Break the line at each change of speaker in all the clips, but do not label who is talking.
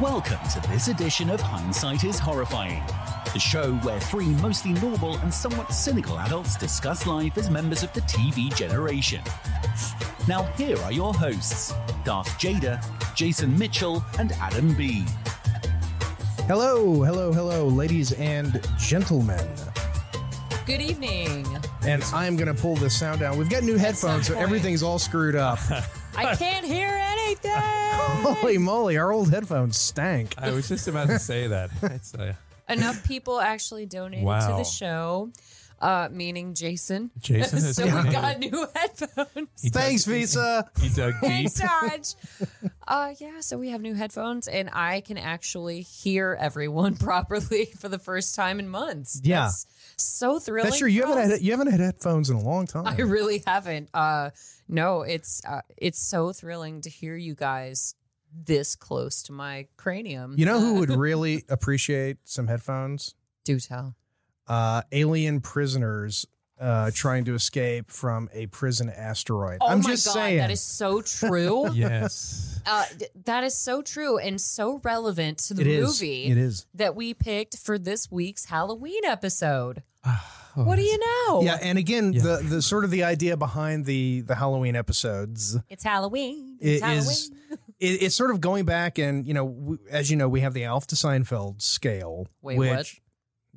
Welcome to this edition of Hindsight is Horrifying, the show where three mostly normal and somewhat cynical adults discuss life as members of the TV generation. Now, here are your hosts Darth Jada, Jason Mitchell, and Adam B.
Hello, hello, hello, ladies and gentlemen.
Good evening.
And I'm going to pull this sound down. We've got new headphones, so
point.
everything's all screwed up.
I can't hear anything.
Holy moly, our old headphones stank.
I was just about to say that. It's, uh,
Enough people actually donated to
Wow.
the show, uh, meaning Jason.
Jason has
so we
donated.
got new headphones.
he dug-
Thanks, Visa.
He dug deep.
Thanks, Dodge. Uh, yeah, so we have new headphones, and I can actually hear everyone properly for the first time in months.
Yeah.
That's so thrilling.
That's true. You
for us.
haven't had you haven't had headphones in a long
I
time.
really haven't. Uh, no, it's uh, it's so thrilling to hear you guys this close to my cranium.
You know who would really appreciate some headphones?
do tell.
Uh, alien prisoners uh, trying to escape from a prison asteroid.
Oh
I'm
my
just
god,
saying.
that is so true.
Yes.
uh, d- that is so true and so relevant to the
It is.
movie
It is.
that we picked for this week's Halloween episode. what do you know?
Oh, Yeah, and again,
Yeah.
the the sort of the idea behind the the Halloween episodes
It's Halloween. It's
It
Halloween.
is. It, it's sort of going back, and you know, w as you know, we have the Alf to Seinfeld scale,
Wait,
which,
what?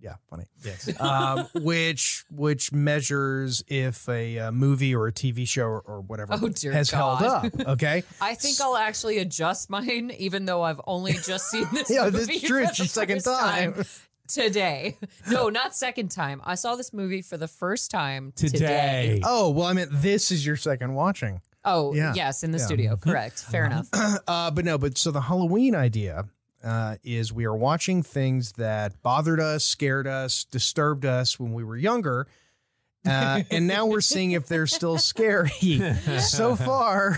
yeah, funny,
Yes.
um, which which measures if a, uh movie or a TV show or, or whatever
Oh, dear
has
God.
held up. Okay,
I think I'll actually adjust mine, even though I've only just seen this.
Yeah,
movie
that's true.
for
It's
the
your second
first
time.
today. No, not second time. I saw this movie for the first time today.
Today.
oh well, I meant this is your second watching,
Oh,
Yeah.
yes, in the
Yeah. Mm-hmm.
studio. Correct. Fair enough.
uh, but no, but so the Halloween idea. Uh, is we are watching things that bothered us, scared us, disturbed us when we were younger, uh, and now we're seeing if they're still scary. so far,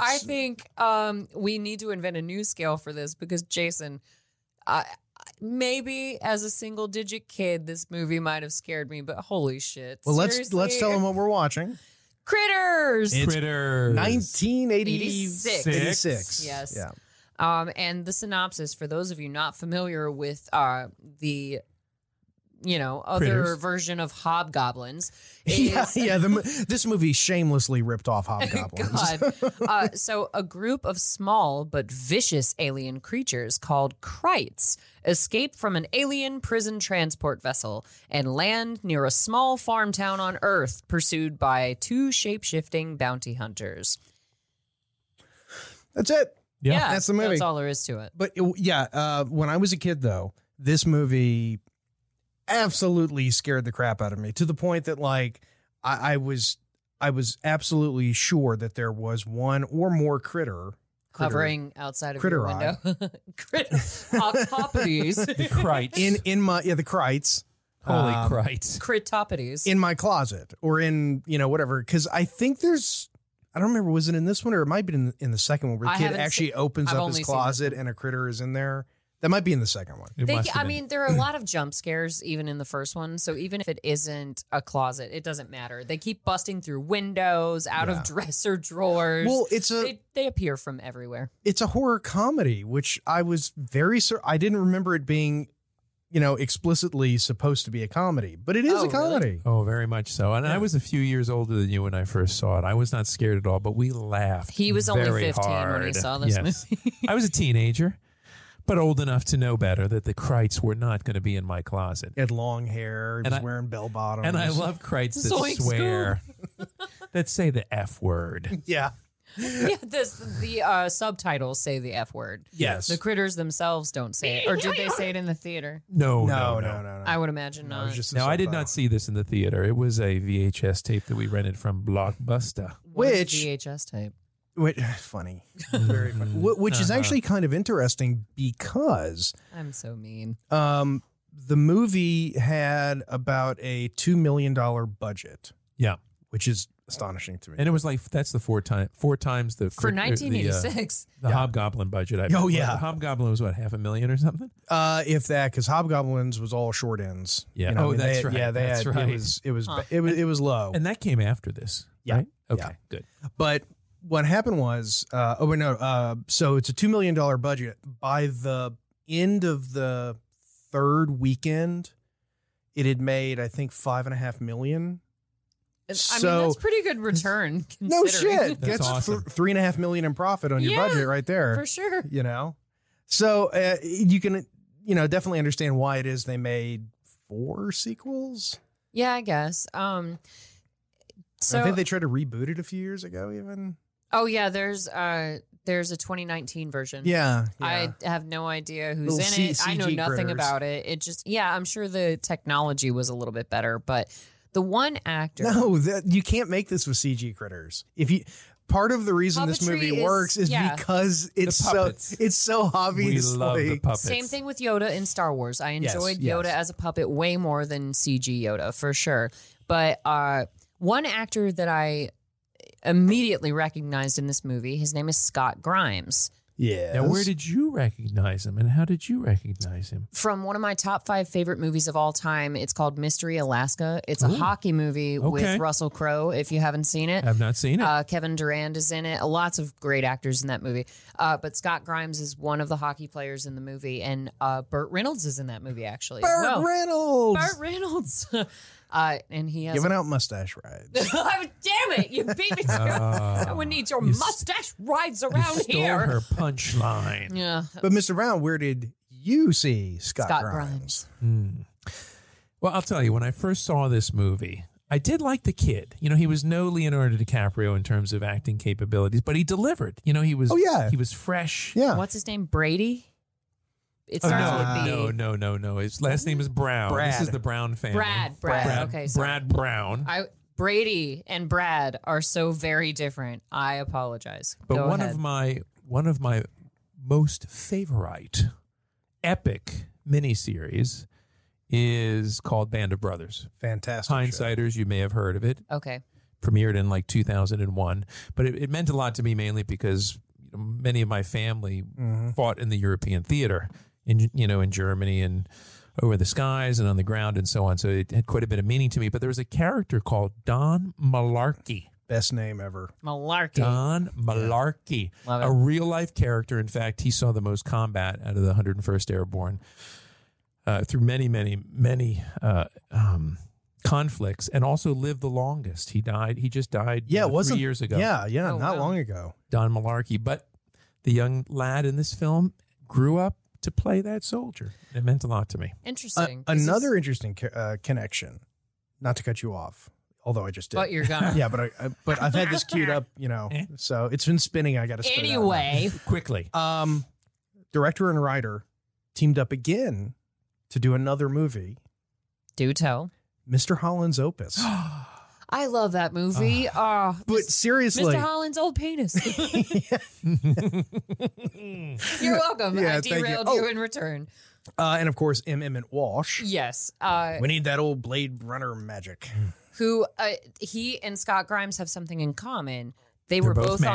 I think um, we need to invent a new scale for this because Jason, I, I- maybe as a single digit kid, this movie might have scared me, but holy shit!
Well, let's
Seriously?
let's tell them what we're watching.
critters.
Critters.
1986.
86.
Yes.
Yeah.
Um, and the synopsis for those of you not familiar with uh, the, you know, other
Critters.
version of hobgoblins.
Yeah,
is-
yeah. The, mo- this movie shamelessly ripped off Hobgoblins.
God. Uh, so, a group of small but vicious alien creatures called Krites escape from an alien prison transport vessel and land near a small farm town on Earth, pursued by two shape shifting bounty hunters.
That's it.
Yeah.
That's the movie.
That's all there is to it.
But it, yeah, uh, when I was a kid, though, this movie absolutely scared the crap out of me to the point that like I, I was I was absolutely sure that there was one or more critter. critter
Hovering outside of
Critter
your
eye.
window. Critter. Octopodes.
Crites.
in in my yeah the Krites.
Holy
Um,
Crites.
Critopodes.
in my closet or in you know whatever because I think there's I don't remember was it in this one or it might be in the, in the second one where
I
the kid
haven't
actually opens
I've
up
only
his
seen this
closet and a critter is in there. That might be in the second one.
It
They,
must have
I
been.
mean, there are a lot of jump scares even in the first one. So even if it isn't a closet, it doesn't matter. They keep busting through windows, out
Yeah.
of dresser drawers.
Well, uh, it's a
they, they appear from everywhere.
it's a horror comedy, which I was very sur- I didn't remember it being you know explicitly supposed to be a comedy, but it is
Oh,
a
really?
comedy.
Oh, very much so. And I was a few years older than you when I first saw it. I was not scared at all, but we laughed.
He was only
very
15 when he
hard.
saw this
Yes. I was a teenager, but old enough to know better that the Krites were not going to be in my closet.
He had long hair. He
And
was
I-
wearing bell bottoms.
And I love Krites that
Zoinks,
swear, that say the F word.
yeah.
yeah, this, the uh, subtitles say the F word.
Yes.
The critters themselves don't say it. Or did they say it in the theater?
No,
Oh, no, no, no,
no,
no.
I would imagine
No, it was
not.
just a
Now, I did
subtitle.
not see this in the theater. It was a VHS tape that we rented from Blockbuster.
What is
Which-
VHS type.
Which, funny, very funny. Wh- Which
Uh-huh.
is actually kind of interesting because
I'm so mean.
um, the movie had about a two million dollar budget,
Yeah,
which is astonishing to me.
and it was like that's the four time four times the
For
the, uh,
1986.
the, Hobgoblin budget. I
Oh, yeah.
the Hobgoblin was what half a million or something.
Uh, if that, because Hobgoblins was all short ends.
Yeah.
I
Oh,
mean,
that's
they-
right.
Yeah, they
That's
had,
right.
It was it was
Huh.
it was it was low,
And that came after this.
Yeah.
Right? Okay.
Yeah.
Good.
but what happened was, uh, oh wait, no. Uh, so it's a two million dollar budget. By the end of the third weekend, it had made I think five and a half million.
I
So-
mean, that's pretty good return.
No
considering.
shit,
That's
that's,
awesome.
th- three and a half million in profit on your
Yeah,
budget right there.
for sure.
You know, so uh, you can you know definitely understand why it is they made four sequels.
Yeah, I guess. Um, so
I think they tried to reboot it a few years ago, even.
oh yeah, there's uh there's a 2019 version.
Yeah, yeah.
I have no idea who's
Little
in
C-
it. I know
CG
nothing
critters.
about it. It just yeah, I'm sure the technology was a little bit better, but the one actor
No, that you can't make this with CG critters. If you part of the reason this
Puppetry
movie
is-
works is
yeah.
because it's so
puppets.
it's so
We
obviously
love the puppets.
Same thing with Yoda in Star Wars. I
Yes,
enjoyed
yes.
Yoda as a puppet way more than CG Yoda for sure. But uh, one actor that I immediately recognized in this movie, his name is Scott Grimes
yeah.
Now, where did you recognize him, and how did you recognize him?
from one of my top five favorite movies of all time. It's called Mystery Alaska. It's a
Ooh.
hockey movie
Okay.
with Russell Crowe. If you haven't seen it,
I've not seen it.
Uh, Kevin Durand is in it. Lots of great actors in that movie. Uh, but Scott Grimes is one of the hockey players in the movie, and uh, Burt Reynolds is in that movie actually. as
Burt
well.
Reynolds
Burt Reynolds. uh, and he has.
giving out mustache rides?
Oh, damn it! You beat me. To
Ah.
I would need your
You s-
mustache rides
You
around
stole
here.
her punchline.
Yeah,
but Mr. Brown, where did you see Scott,
Scott
Grimes?
Grimes.
Hmm. Well, I'll tell you, when I first saw this movie, I did like the kid. You know, he was no Leonardo DiCaprio in terms of acting capabilities, but he delivered. You know, he was
Oh, yeah.
he was fresh.
Yeah,
What's his name? Brady. It
Oh,
starts
Uh,
with B.
no, no, no, no, no. His last name is Brown. This
Brad.
is the Brown family.
Brad, Brad, okay, sorry.
Brad Brown.
I Brady and Brad are so very different. I apologize.
But
Go
one
ahead.
of my one of my most favorite epic miniseries is called Band of Brothers.
fantastic. show.
Hindsighters, you may have heard of it.
okay.
premiered in like 2001 but it, it meant a lot to me mainly because you know, many of my family fought in the european theater in you know in germany and over the skies and on the ground and so on so it had quite a bit of meaning to me but there was a character called don malarkey
Best name ever.
Malarkey.
Don Malarkey,
Love it.
a real life character. In fact, he saw the most combat out of the 101st Airborne uh, through many, many, many uh, um, conflicts, and also lived the longest. He died. He just died.
Yeah,
uh,
it wasn't
three years ago.
Yeah, yeah,
Oh,
not
wow.
long ago.
Don Malarkey. But the young lad in this film grew up to play that soldier. It meant a lot to me.
Uh,
Interesting. 'cause
another
it's-
interesting co- uh, connection. Not to cut you off, although I just did.
But you're gonna.
yeah, but I, I but I've had this queued up, you know.
Eh?
So it's been spinning. I got to spin it out now.
Anyway,
Quickly.
Um, director and writer teamed up again to do another movie,
do tell.
Mr. Holland's Opus.
I love that movie. Ah,
but
Mis-
seriously,
Mr. Holland's old penis. You're welcome.
Yeah,
I
thank you.
derailed
Oh.
you in return.
uh, and of course, M. Emmett Walsh.
Yes. Uh,
We need that old Blade Runner magic.
who uh, he and Scott Grimes have something in common. They
They're
were
both,
on.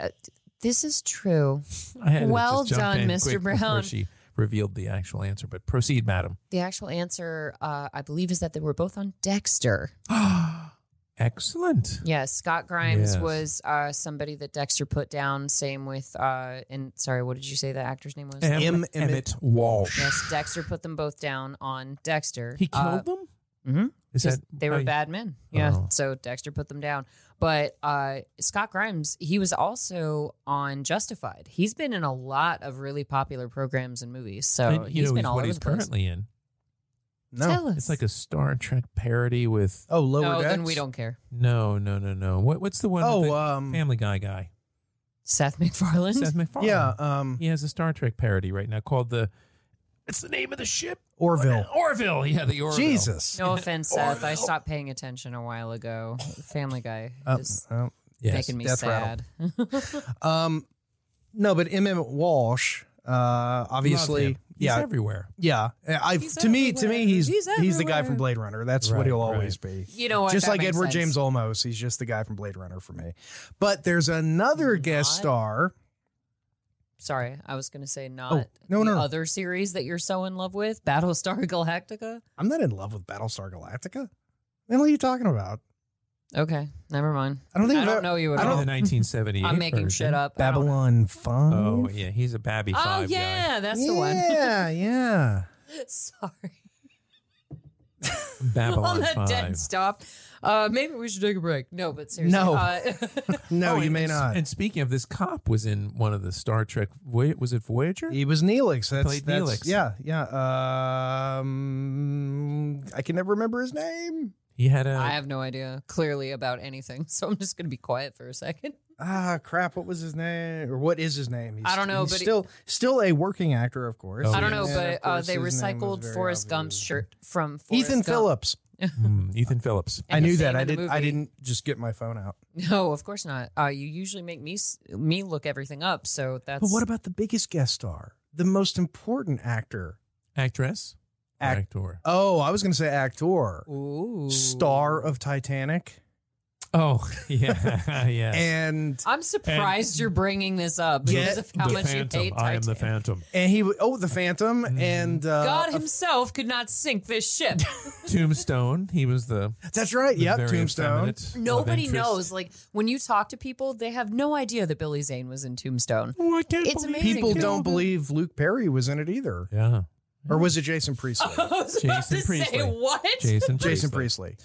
male.
This is true.
I had to
Well
just jump
done,
in
Mr.
quick before
Brown.
She revealed the actual answer, but proceed, madam.
The actual answer, uh, I believe, is that they were both on Dexter.
Excellent.
Yes, Scott Grimes
Yes.
was uh, somebody that Dexter put down. Same with, uh, and sorry, what did you say the actor's name was?
M. Emmett
Walsh.
Yes, Dexter put them both down on Dexter.
He
Uh,
killed them.
mm-hmm.
mhm.
Is
Just-
that
they were
how you-
bad men. Yeah.
Oh.
So Dexter put them down. But uh, Scott Grimes, he was also on Justified. He's been in a lot of really popular programs and movies. So
And, you
he's
know
been
he's-
all
what
over
he's
the place.
currently in.
No.
Tell us.
It's like a Star Trek parody with
Oh, lower
no, then
Decks?
we don't care.
no, no, no, no. What what's the one? with
Oh,
the
um,
Family Guy guy.
Seth MacFarlane.
Seth MacFarlane.
yeah, um,
he has a Star Trek parody right now called the. It's the name of the ship. Uh,
Orville.
Orville. Yeah, the Orville.
Jesus.
no offense, Seth. I stopped paying attention a while ago. Family Guy
Uh,
is
uh,
Yes.
making me
death rattle.
sad.
um, no, but M. Emmett Walsh, uh,
Love
obviously,
him. He's
yeah,
everywhere.
Yeah, eh, I
He's
to me to
everywhere.
me he's
He's
he's, the guy
everywhere. Oh,
from Blade Runner. That's
Right,
what he'll
right.
always be.
You know what?
Just
That
like
makes
Edward
sense.
James Olmos, he's just the guy from Blade Runner for me. But there's another guest
Not?
star.
Sorry, I was going to say not.
Oh, no,
the
no, no.
Other series that you're so in love with, Battlestar Galactica.
I'm not in love with Battlestar Galactica. What the hell are you talking about?
Okay, never mind.
I don't think
I
I've
don't
ever-
know you at
I
In
don't-
all.
the 1978.
I'm making shit
version.
up. I don't know.
Babylon Five.
Oh yeah, he's a Babby
Oh
Five guy.
yeah, that's the one.
yeah, yeah.
Sorry.
Babylon
on that
Five.
dead stop. Uh, maybe we should take a break. No, but seriously.
No.
Uh,
No,
Oh,
you
and-
may
and-
not.
And speaking of this cop, was in one of the Star Trek. Voy- Was it Voyager?
He was Neelix. That's,
Played
that's-
Neelix.
Yeah, yeah. Um, I can never remember his name.
He had a.
I have no idea clearly about anything, so I'm just going to be quiet for a second.
Ah, crap. What was his name? Or what is his name? He's,
I don't know,
he's
but he-
still still a working actor, of course.
Oh,
I don't know,
And of
but uh,
course
they
his name was
recycled
very
Forrest Gump's
obvious.
shirt from Forrest
Ethan
Gump.
Phillips.
Hmm, Ethan Phillips.
And
I knew
his
that.
name
I
in the
didn't. I
movie-
didn't just get my phone out.
No, of course not. Uh, you usually make me s- me look everything up, so that's.
But what about the biggest guest star, the most important actor?
Actress.
Act-
Actor.
Oh, I was going to say actor,
Ooh.
star of Titanic,
Oh yeah, yeah.
and
I'm surprised you're bringing this up because
Get
of how
the
much
Phantom.
you hate
I am the
Titanic.
Phantom.
and he w- oh the Phantom
Mm-hmm.
and uh,
God himself could not sink this ship.
Tombstone. He was the.
That's right.
the
Yep,
very
Tombstone.
effeminate of
Nobody
interest.
knows. Like when you talk to people, they have no idea that Billy Zane was in Tombstone.
Oh, I can't
It's
believe
amazing.
People
Amazing.
don't believe Luke Perry was in it either,
Yeah,
or was it Jason Priestley?
I was about
Jason
to
Priestley.
say what?
Jason.
Jason Priestley,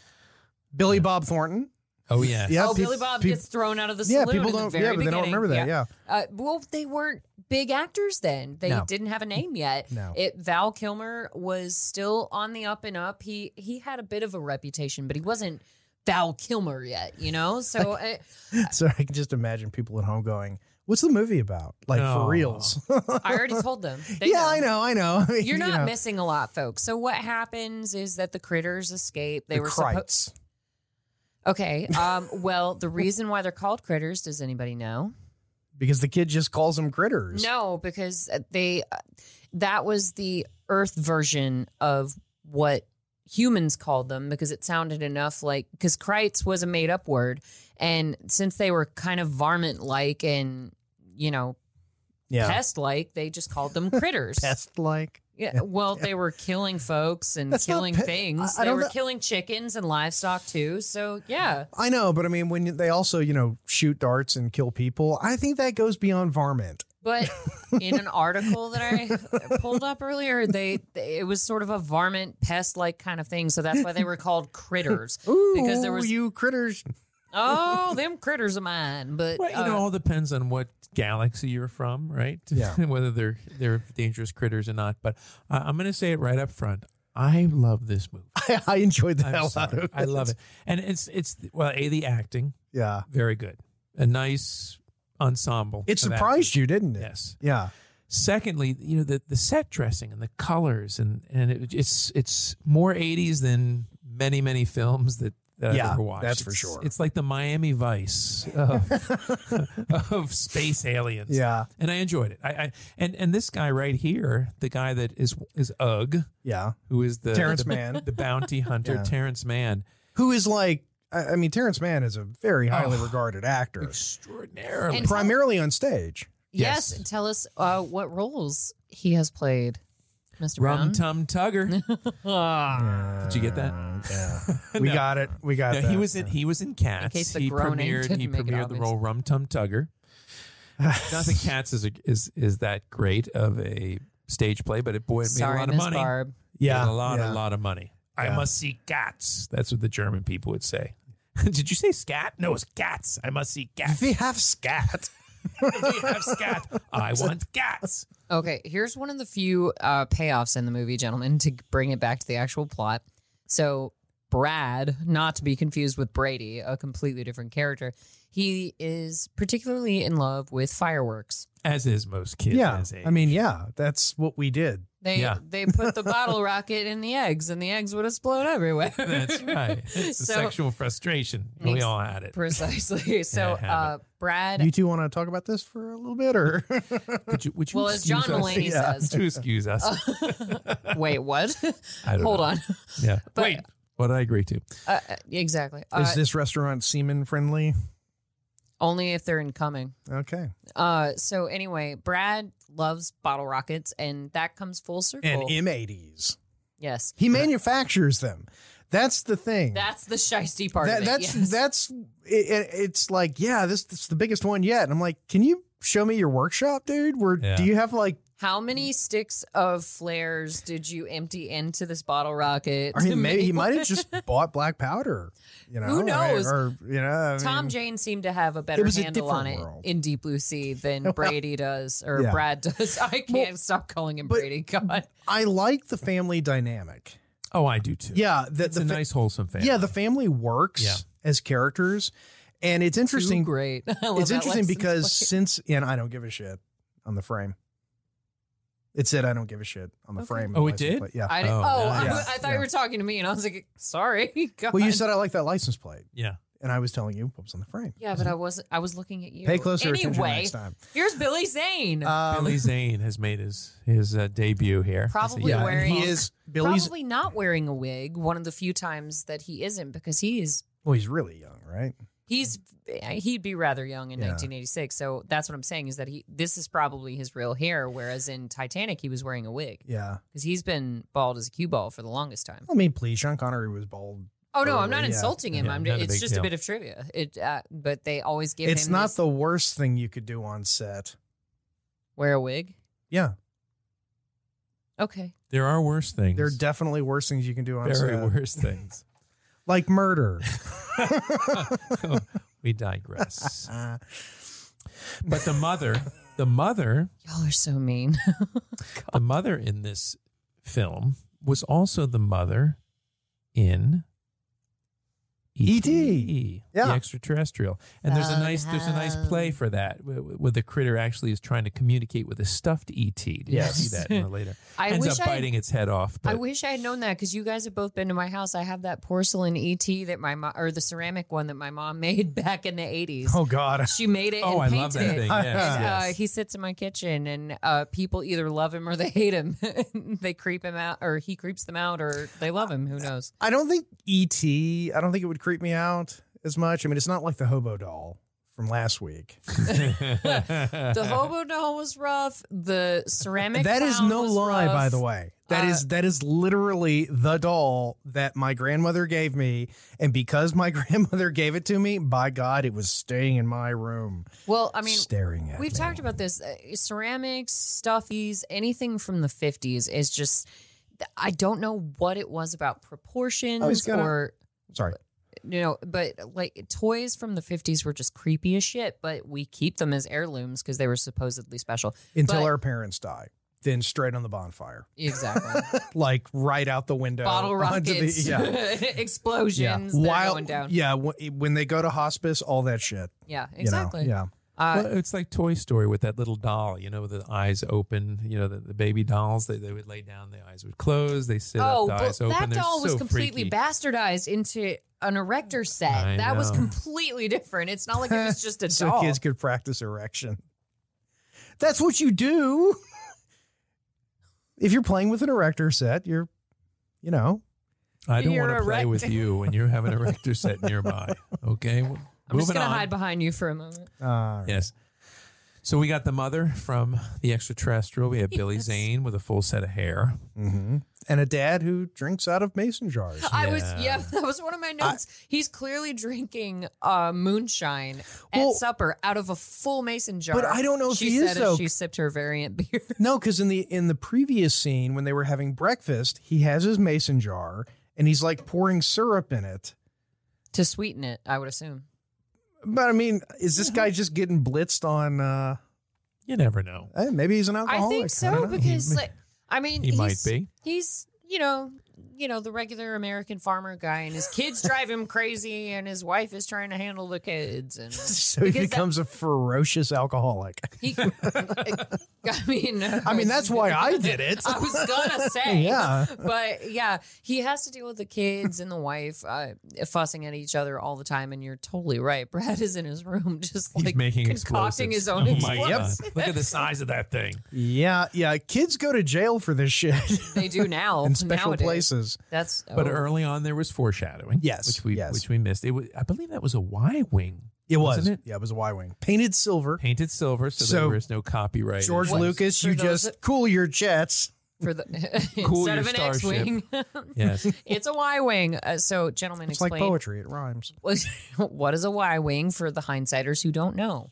Billy Bob Thornton.
Oh yeah.
Yeah,
oh,
peop-
Billy Bob
peop-
gets thrown out of the
yeah,
saloon.
people
at the
don't.
very
Yeah, but they don't
beginning.
remember that. Yeah.
Uh, well, they weren't big actors then. They
No.
didn't have a name yet.
No.
It Val Kilmer was still on the up and up. He he had a bit of a reputation, but he wasn't Val Kilmer yet. You know, so I,
So I can just imagine people at home going, "What's the movie about?" Like
No.
for reals.
I already told them. They
yeah, I know. I know. I mean, you
You're not
know.
missing a lot, folks. So what happens is that the critters escape. They
The
were
Kreitz.
supposed. Okay. Um, well, the reason why they're called critters, does anybody know?
because the kid just calls them critters.
No, because uh, they that was the Earth version of what humans called them because it sounded enough like because Kreitz was a made up word, and since they were kind of varmint like and you know
yeah,
pest like, they just called them critters.
pest like.
Yeah, well, they were killing folks and
That's not
killing
pe-
things.
I- I
they
don't
were
know-
killing chickens and livestock too. So yeah,
I know, but I mean, when they also, you know, shoot darts and kill people, I think that goes beyond varmint.
But in an article that I pulled up earlier, they it was sort of a varmint pest like kind of thing, so that's why they were called critters.
Ooh,
Because there was-
you critters.
Oh, them critters of mine. But
Well, you
uh,
know, it all depends on what galaxy you're from, right?
Yeah.
Whether they're they're dangerous critters or not. But I, I'm going to say it right up front. I love this movie.
I, I enjoyed that
I'm
a lot.
sorry.
of
I love it, and it's it's well, a the acting
Yeah,
very good, a nice ensemble.
it surprised you, didn't it?
Yes.
Yeah.
Secondly, you know the the set dressing and the colors and and it, it's it's more 80s than many many films that. that I've
Yeah,
ever watched.
that's for
It's-
sure.
It's like the Miami Vice of, of space aliens
Yeah.
and I enjoyed it. I, I and and this guy right here, the guy that is is Ugg,
Yeah.
who is the
Terrence
the,
Mann.
the bounty hunter,
Yeah.
Terrence Mann,
Who is like, I, I mean, Terrence Mann is a very highly
Oh.
regarded actor,
extraordinarily.
And-
primarily on stage.
yes.
yes.
tell us uh, what roles he has played, Mr.
Rum
Brown.
Tum Tugger.
Ah.
Did you get that?
Yeah. We
No.
got it. We got
No,
it.
he was in he was in Cats.
case the
he
groaning
premiered
didn't
he
make it
premiered the
obvious.
role Rum Tum Tugger. Not that Cats is a, is is that great of a stage play, but it boy it made a
Sorry,
lot of
Miss
money.
Barb.
yeah.
Made a lot
yeah.
a lot of money. I
Yeah.
must see Cats. That's what the German people would say. Did you say scat? No, it's cats. I must see cats.
We have scat.
we have scat. I want cats.
Okay, here's one of the few uh, payoffs in the movie, gentlemen, to bring it back to the actual plot. So, Brad, not to be confused with Brady, a completely different character, he is particularly in love with fireworks.
As is most kids.
Yeah.
his age.
I mean, yeah, that's what we did.
They
Yeah.
they put the bottle rocket in the eggs, and the eggs would explode everywhere.
that's right. It's a
So-
sexual frustration. We
Ex-
all had it.
Precisely. So,
I have
uh, Brad.
You two want to talk about this for a little bit, or
Would you, would you
Well, as
excuse
John
us?
Mulaney
Yeah.
says.
Would you excuse us?
wait, what?
I don't
Hold
know.
on.
Yeah.
But-
Wait. What I agree to.
Uh, uh, exactly. Uh,
is this restaurant semen friendly?
only if they're incoming.
Okay,
Uh, so anyway, Brad loves bottle rockets, and that comes full circle.
and M80s.
yes,
He manufactures them. That's the thing.
That's the shisty part.
That-
of it,
that's
yes.
that's it, it- it's like yeah, this, this is the biggest one yet. And I'm like, can you show me your workshop, dude? Where
Yeah.
do you have like
How many sticks of flares did you empty into this bottle rocket?
Or he may he might have just bought black powder. You know,
Who
or-
knows?
Or, you know, I
Tom
mean,
Jane seemed to have a better
was a
handle on it
different world.
in Deep Blue Sea than Brady does or
yeah.
Brad does. I can't stop calling him
but-
Brady. God,
I like the family dynamic.
Oh, I do too.
Yeah, that
it's
the
a
fa-
nice wholesome family.
yeah the family works
Yeah.
as characters, and it's
too
interesting.
great. I love
It's
that
interesting
license
because
plate.
since and I don't give a shit on the frame. It said I don't give a shit on the
Okay.
frame. of
Oh,
the
it
license
did?
plate. Yeah.
I didn't, oh,
Oh,
I,
nice.
I thought
Yeah.
you were talking to me, and I was like, sorry. God.
well, you said I like that license plate,
yeah.
and I was telling you what was on the frame.
yeah, but I was I was looking at you.
Pay closer attention
Anyway,
next time.
here's Billy Zane.
Uh,
Um,
Billy Zane has made his his uh, debut here.
Probably
yeah, and
wearing-
he is Billy's.
Probably not wearing a wig. One of the few times that he isn't, because he is
Well, he's really young, right?
He's he'd be rather young in
Yeah.
1986, so that's what I'm saying is that he this is probably his real hair, whereas in Titanic he was wearing a wig
Yeah.
because he's been bald as a cue ball for the longest time.
I mean, please, Sean Connery was bald
Oh no, I'm not
Yeah.
insulting him.
Yeah,
I'm.
not a
it's
big
just a
deal.
bit of trivia. It, uh, but they always give
it's
him.
not
this-
the worst thing you could do on set.
wear a wig.
Yeah,
Okay,
There are worse things.
there are definitely worse things you can do on
very
set,
worse things.
like murder.
Oh, we digress.
Uh,
But the mother, the mother,
y'all are so mean.
the mother in this film was also the mother in E
E.T.. Yeah.
the extraterrestrial. And there's
Oh,
a nice there's a nice play for that where, where the critter actually is trying to communicate with a stuffed ET. Did
Yes.
you see that in the later?
I
Ends
wish
up
I-
biting its head off. But
I wish I had known that because you guys have both been to my house. I have that porcelain ET that my mom or the ceramic one that my mom made back in the 80s.
oh God,
She made it.
oh, I
and
love
painted
that
it.
thing.
And,
Yes,
And,
yes.
uh, he sits in my kitchen, and uh, people either love him or they hate him. they creep him out, or he creeps them out, or they love him. Who knows?
I don't think ET. I don't think it would creep me out as much. I mean, it's not like the hobo doll from last week.
Uh, The hobo doll was rough. The ceramic
That is
clown
no
was
lie,
rough.
by the way. That is
Uh,
that is literally the doll that my grandmother gave me, and because my grandmother gave it to me, by God, it was staying in my room,
Well, I mean,
staring at.
We've
me.
talked about this. Uh, ceramics, stuffies, anything from the 50s is just, I don't know what it was about proportions
Oh, gonna-
or,
Sorry.
you know, but like toys from the 50s were just creepy as shit, but we keep them as heirlooms because they were supposedly special.
until
But-
our parents die. Then straight on the bonfire,
Exactly.
like right out the window.
Bottle
onto the-
rockets,
yeah, yeah.
explosions, they're going down. Yeah,
yeah. wh- When they go to hospice, all that shit. you know,
exactly.
yeah.
Uh,
Well, it's like Toy Story with that little doll, you know, with the eyes open. You know, the, the baby dolls, they, they would lay down, their eyes would close, they sit
Oh,
up, the
but
eyes open.
that
They're
doll was
so
completely
freaky.
bastardized into an erector set.
I
that was
know.
completely different. It's not like it was just a
so
doll.
kids could practice erection. That's what you do. if you're playing with an erector set, you're, you know,
I don't
You're
want to play
erect-
with you when you have an erector set nearby. Okay. Well,
I'm just
moving
gonna
on.
hide behind you for a moment.
uh,
Yes. So we got the mother from The Extraterrestrial. We have Billy Zane with a full set of hair.
mhm. and a dad who drinks out of mason jars.
I was
Yeah.
yeah, that was one of my notes. He's clearly drinking uh, moonshine at
Well-
supper out of a full mason jar.
But I don't know if
she
he
said
is,
as
though.
She sipped her variant beer.
No, because in the in the previous scene when they were having breakfast, he has his mason jar and he's like pouring syrup in it.
to sweeten it, I would assume.
But I mean, is this guy just getting blitzed on? uh
You never know.
eh, Maybe he's an alcoholic.
I think so
don't know.
because, like, I mean,
He might
he's-
be.
He's you know, you know, the regular American farmer guy, and his kids drive him crazy, and his wife is trying to handle the kids, and
so he
because that-
becomes a ferocious alcoholic.
he. I mean,
I mean, that's why I did it.
I was gonna say,
Yeah.
but yeah, he has to deal with the kids and the wife uh, fussing at each other all the time. And you're totally right. Brad is in his room, just
He's
like
making
concocting
explosives.
his own
oh my God.
explosives.
Look at the size of that thing.
Yeah, yeah. Kids go to jail for this shit
They do now
in special
nowadays.
places.
That's
But
oh.
early on, there was foreshadowing.
Yes,
which we
yes.
which we missed. It was, I believe that was a Y wing.
It was.
Wasn't
Yeah, it was a Y wing painted silver.
Painted silver, so,
So-
there was no copyright.
George
What-
Lucas,
for
you
those
just cool your jets.
for the
Cool
instead
your
of an X
starship.
wing.
Yes.
it's a Y wing. Uh, so, gentlemen,
It's like
explain
poetry; it rhymes.
what is a Y wing for the hindsighters who don't know.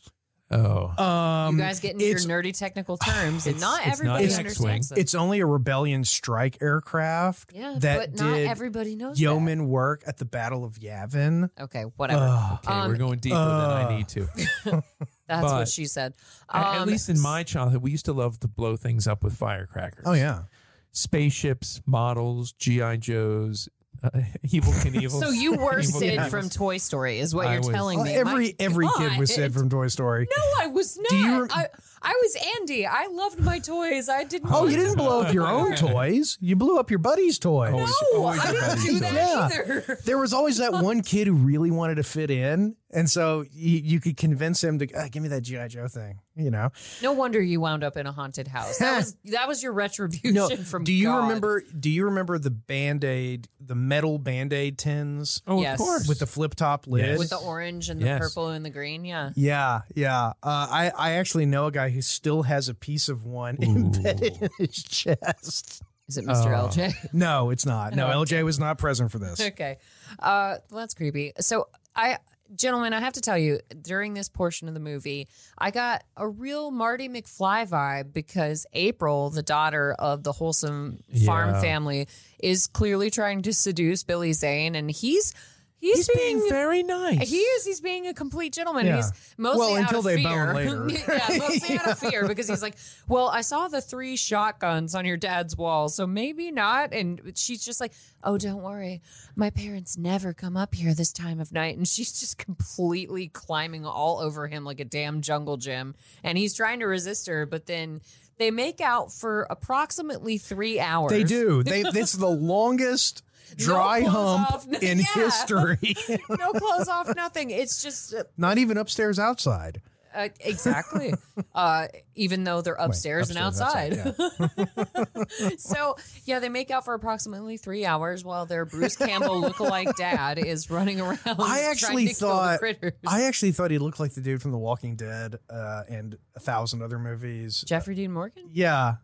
Oh.
Um,
you guys get into your
it's
nerdy technical terms, and
It's-
not
it's not
everybody
an X-wing.
understands them.
it's only a rebellion strike aircraft
yeah,
that
but not
did
everybody knows. that.
yeoman work at the Battle of Yavin.
Okay, whatever.
Ugh.
Okay,
um,
we're going deeper than I
uh,
need to.
That's
but-
what she said.
A- At
Um,
least in my childhood, we used to love to blow things up with firecrackers.
Oh yeah,
spaceships, models, GI Joes, uh, evil Knievel.
So you were
Evil
Sid
Knievels.
from Toy Story, is what
I
you're
was-
telling
Uh,
me.
every
My
every kid was
God.
said from Toy Story.
No, I was not.
Do you rem-
I, I was Andy. I loved my toys. I didn't.
Oh, you didn't blow up your own toys. You blew up your buddy's toys.
Always-
No,
always
I
your
didn't
buddy's
do
toys.
that
Yeah.
either.
There was always that one kid who really wanted to fit in, and so you, you could convince him to "Ah, give me that GI Joe thing. You know?
No wonder you wound up in a haunted house. That was that was your retribution from.
do you
God.
remember? Do you remember the Band Aid, the metal Band Aid tins
Oh,
Yes.
of course.
with the flip top lid?
Yes.
with the orange and the
Yes.
purple and the green? Yeah.
Yeah, yeah. Uh, I I actually know a guy who still has a piece of one embedded in his chest.
Is it Mr.
Uh,
Oh.
LJ?
No, it's not. No, LJ was not present for this.
okay. Uh, well, that's creepy. So I, gentlemen, I have to tell you, during this portion of the movie, I got a real Marty McFly vibe because April, the daughter of the wholesome farm
Yeah.
family, is clearly trying to seduce Billy Zane, and he's he's,
He's
being.
being very nice.
he is. He's being a complete gentleman.
Yeah.
He's mostly
Well,
out
until
of
they
fear.
bone later.
yeah, mostly out of fear because he's like, "Well, I saw the three shotguns on your dad's wall, so maybe not." And she's just like, "Oh, don't worry, my parents never come up here this time of night." And she's just completely climbing all over him like a damn jungle gym, and he's trying to resist her, but then they make out for approximately three hours.
They do. They this is the longest dry
clothes
hump
off.
in
Yeah.
history.
no clothes off, nothing. It's just uh,
not even upstairs outside.
Uh, exactly. uh, even though they're upstairs, and outside.
upstairs,
so, yeah, they make out for approximately three hours while their Bruce Campbell lookalike dad is running around.
I
trying
actually
to kill the
thought
critters.
I actually thought he looked like the dude from The Walking Dead uh, and a thousand other movies.
Jeffrey Dean Morgan.
yeah,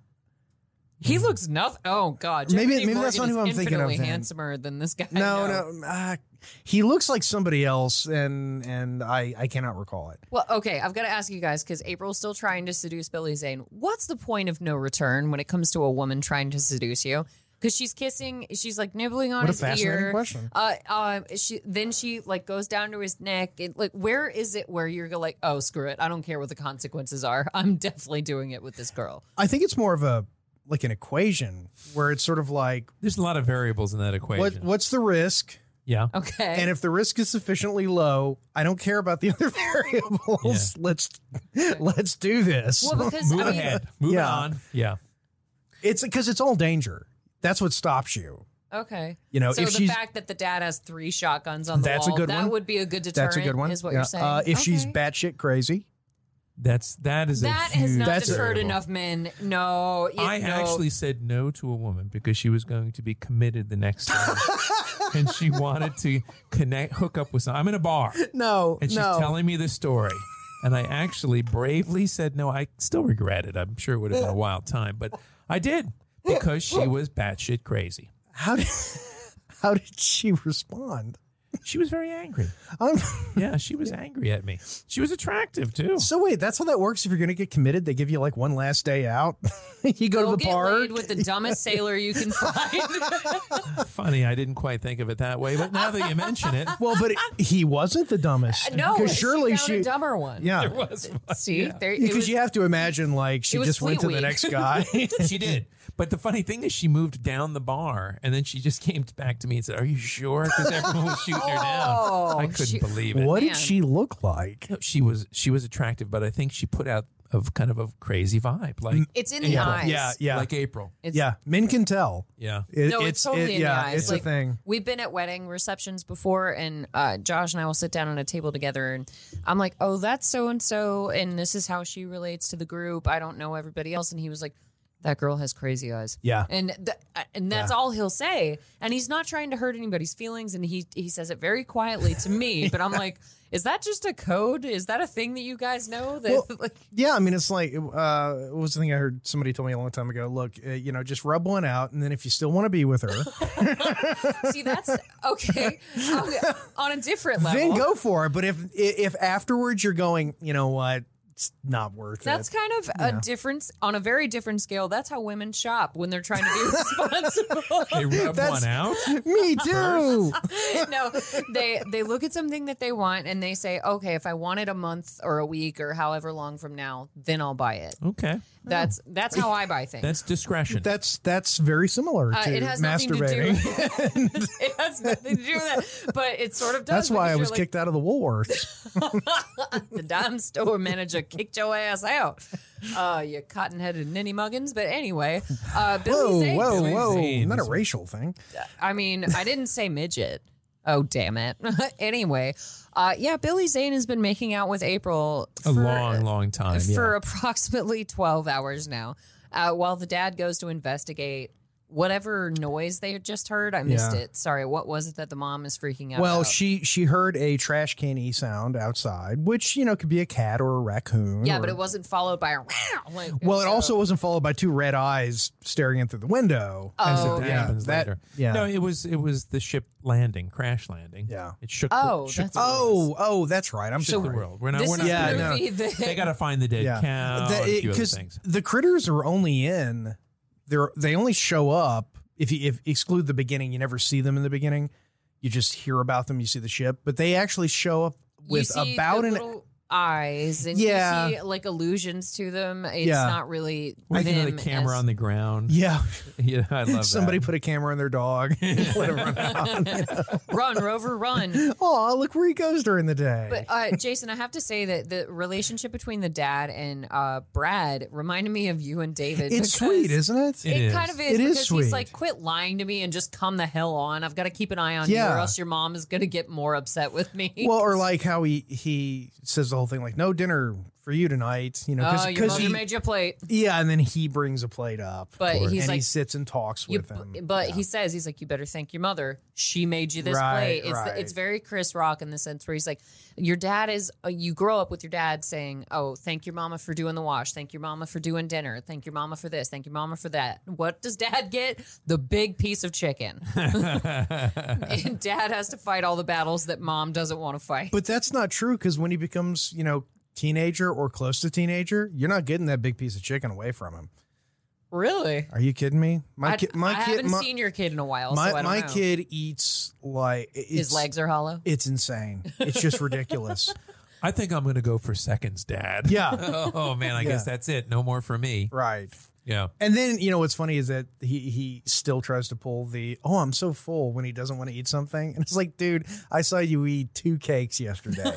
He looks nothing. Oh God, Jeffrey
Maybe-
Dean
maybe
Morgan
that's not
is
who I'm thinking of
infinitely
then.
handsomer than this guy.
no,
now.
no, uh, he looks like somebody else, and and I I cannot recall it.
Well, okay, I've got to ask you guys because April's still trying to seduce Billy Zane. What's the point of no return when it comes to a woman trying to seduce you? Because she's kissing, she's like nibbling on
What a
his
fascinating
ear.
question.
Uh, um, she then she like goes down to his neck. It, like, where is it where you're like, oh screw it, I don't care what the consequences are. I'm definitely doing it with this girl.
I think it's more of a like an equation where it's sort of like
There's a lot of variables in that equation.
what what's the risk,
Yeah.
Okay,
and if the risk is sufficiently low, I don't care about the other variables. Let's let's do this.
well because
Move
I mean,
ahead. Move
Yeah.
on. Yeah.
It's because it's all danger. That's what stops you.
okay.
You know,
so
if
the
she's
fact that the dad has three shotguns on the
That's a
wall,
good
that
one.
would be a good deterrent.
that's a good one.
Is what
Yeah.
you're saying.
Uh, if she's
Okay.
batshit crazy,
That's that is
That
a huge
has not
That's a-
deterred
variable.
enough men. No, it-
I
no.
actually said no to a woman because she was going to be committed the next day, and she wanted to connect, hook up with someone. I'm in a bar,
no,
and she's telling me this story, and I actually bravely said no. I still regret it. I'm sure it would have been a wild time, but I did because she was batshit crazy.
how did how did she respond? Um,
She was very angry.
I'm,
Yeah, she was angry at me. She was attractive too.
so wait, that's how that works. If you're going to get committed, they give you like one last day out. you go,
Go
to the
get
park.
laid with the dumbest sailor you can find.
Funny, I didn't quite think of it that way, but now that you mention it,
Well, but it, he wasn't the dumbest.
Uh, no,
because surely
found
she.
a dumber one.
yeah,
it was.
See, there it
because
was,
you have to imagine like
it
she
was
just went to
Fleetweed.
the next guy.
she did. But the funny thing is, she moved down the bar, and then she just came back to me and said, "Are you sure?" Because everyone was shooting her down. I couldn't
Oh, she-
believe it.
what
Man.
did she look like?
No, She was she was attractive, but I think she put out of kind of a crazy vibe, like
it's in the
Yeah.
eyes.
Yeah, Mm, yeah,
like April.
It's-
yeah. Men can tell.
Yeah,
It-
No, it's,
it-
totally in
yeah,
the eyes.
It's
like,
a thing.
We've been at wedding receptions before, and uh, Josh and I will sit down at a table together, and I'm like, "Oh, that's so and so, and this is how she relates to the group." I don't know everybody else, and he was like, that girl has crazy eyes.
Yeah.
And th- uh, and that's all he'll say. And he's not trying to hurt anybody's feelings. And he he says it very quietly to me. But I'm like, is that just a code? Is that a thing that you guys know? That
Well-
like,
Yeah, I mean, it's like, uh, what was the thing I heard somebody told me a long time ago? Look, uh, you know, just rub one out, and then if you still want to be with her,
see, that's okay. Okay, On a different level,
then go for it. But if if afterwards you're going, you know what, it's not worth
That's
it.
kind of a difference on a very different scale. That's how women shop when they're trying to be responsible.
They rub
That's-
one out.
Me too.
no, they they look at something that they want and they say, "Okay, if I want it a month or a week or however long from now, then I'll buy it."
Okay,
That's that's how I buy things.
that's discretion.
Oh. That's that's very similar
Uh,
to
it has nothing to do.
masturbating.
it has nothing to do with that, but it sort of does.
That's why I
because
was
you're
kicked out of the Woolworths.
like, The dime store manager kicked your ass out. Uh, you cotton-headed ninny muggins. But anyway, uh, Billy
Whoa,
Zane-
whoa,
Billy
whoa!
Zane
Not a
is-
racial thing.
I mean, I didn't say midget. Oh damn it! anyway, uh, yeah, Billy Zane has been making out with April for,
a long, long time.
for
Yeah.
approximately twelve hours now, uh, while the dad goes to investigate whatever noise they had just heard. I missed
Yeah.
it. Sorry, what was it that the mom is freaking out?
Well,
about?
she she heard a trash can e sound outside, which you know could be a cat or a raccoon.
yeah,
or-
but it wasn't followed by a wow. Like,
Well, it
so-
also wasn't followed by two red eyes staring in through the window.
That's
Oh,
what that
yeah,
happens
that-
later.
yeah.
No, it was it was the ship landing, crash landing.
Yeah.
It shook.
Oh,
the, shook
that's
the
what it
world.
Oh, oh, that's right. I'm
shook
so
the world. We're not.
this
We're
is
not.
Yeah, I know.
proof that-
They got to find the dead cow.
That-
and a
it-
few other
'cause
things.
the critters are only in. They're they only show up if you if exclude the beginning. You never see them in the beginning. You just hear about them. You see the ship, but they actually show up
you
with
see
about
the
an.
little eyes and
Yeah.
you see like allusions to them. It's
Yeah.
not really.
I think
them
the camera
as-
on the ground.
yeah,
Yeah, I love
somebody
that.
put a camera on their dog. Let him run out.
run rover run.
Oh, look where he goes during the day.
But uh, Jason, I have to say that the relationship between the dad and uh, Brad reminded me of you and David.
it's
because
sweet, isn't it?
It,
It is.
kind of is
It is
because
sweet.
he's like, quit lying to me and just come the hell on. I've got to keep an eye on you,
Yeah.
or else your mom is going to get more upset with me.
Well, or like how he he says the whole thing like no dinner for you tonight, you know,
oh, your
because
mother
he
made you a plate,
yeah, and then he brings a plate up,
But
and
he's
he
like-
sits and talks
you,
with him.
but he says he's like, you better thank your mother. She made you this
Right,
plate. It's the-
right.
it's very Chris Rock in the sense where he's like, your dad is. Uh, you grow up with your dad saying, oh, thank your mama for doing the wash. Thank your mama for doing dinner. Thank your mama for this. Thank your mama for that. What does dad get? The big piece of chicken. and dad has to fight all the battles that mom doesn't want to fight.
But that's not true because when he becomes, you know, teenager or close to teenager, you're not getting that big piece of chicken away from him.
really,
Are you kidding me? My
I,
kid, my
I
kid,
haven't
my,
seen your kid in a while.
my,
so I don't
my
know.
kid eats like it's,
his legs are hollow.
It's insane. It's just ridiculous.
I think I'm going to go for seconds, Dad.
Yeah.
oh man, I guess that's it. No more for me.
right.
Yeah.
And then you know what's funny is that he he still tries to pull the oh I'm so full when he doesn't want to eat something and it's like dude I saw you eat two cakes yesterday.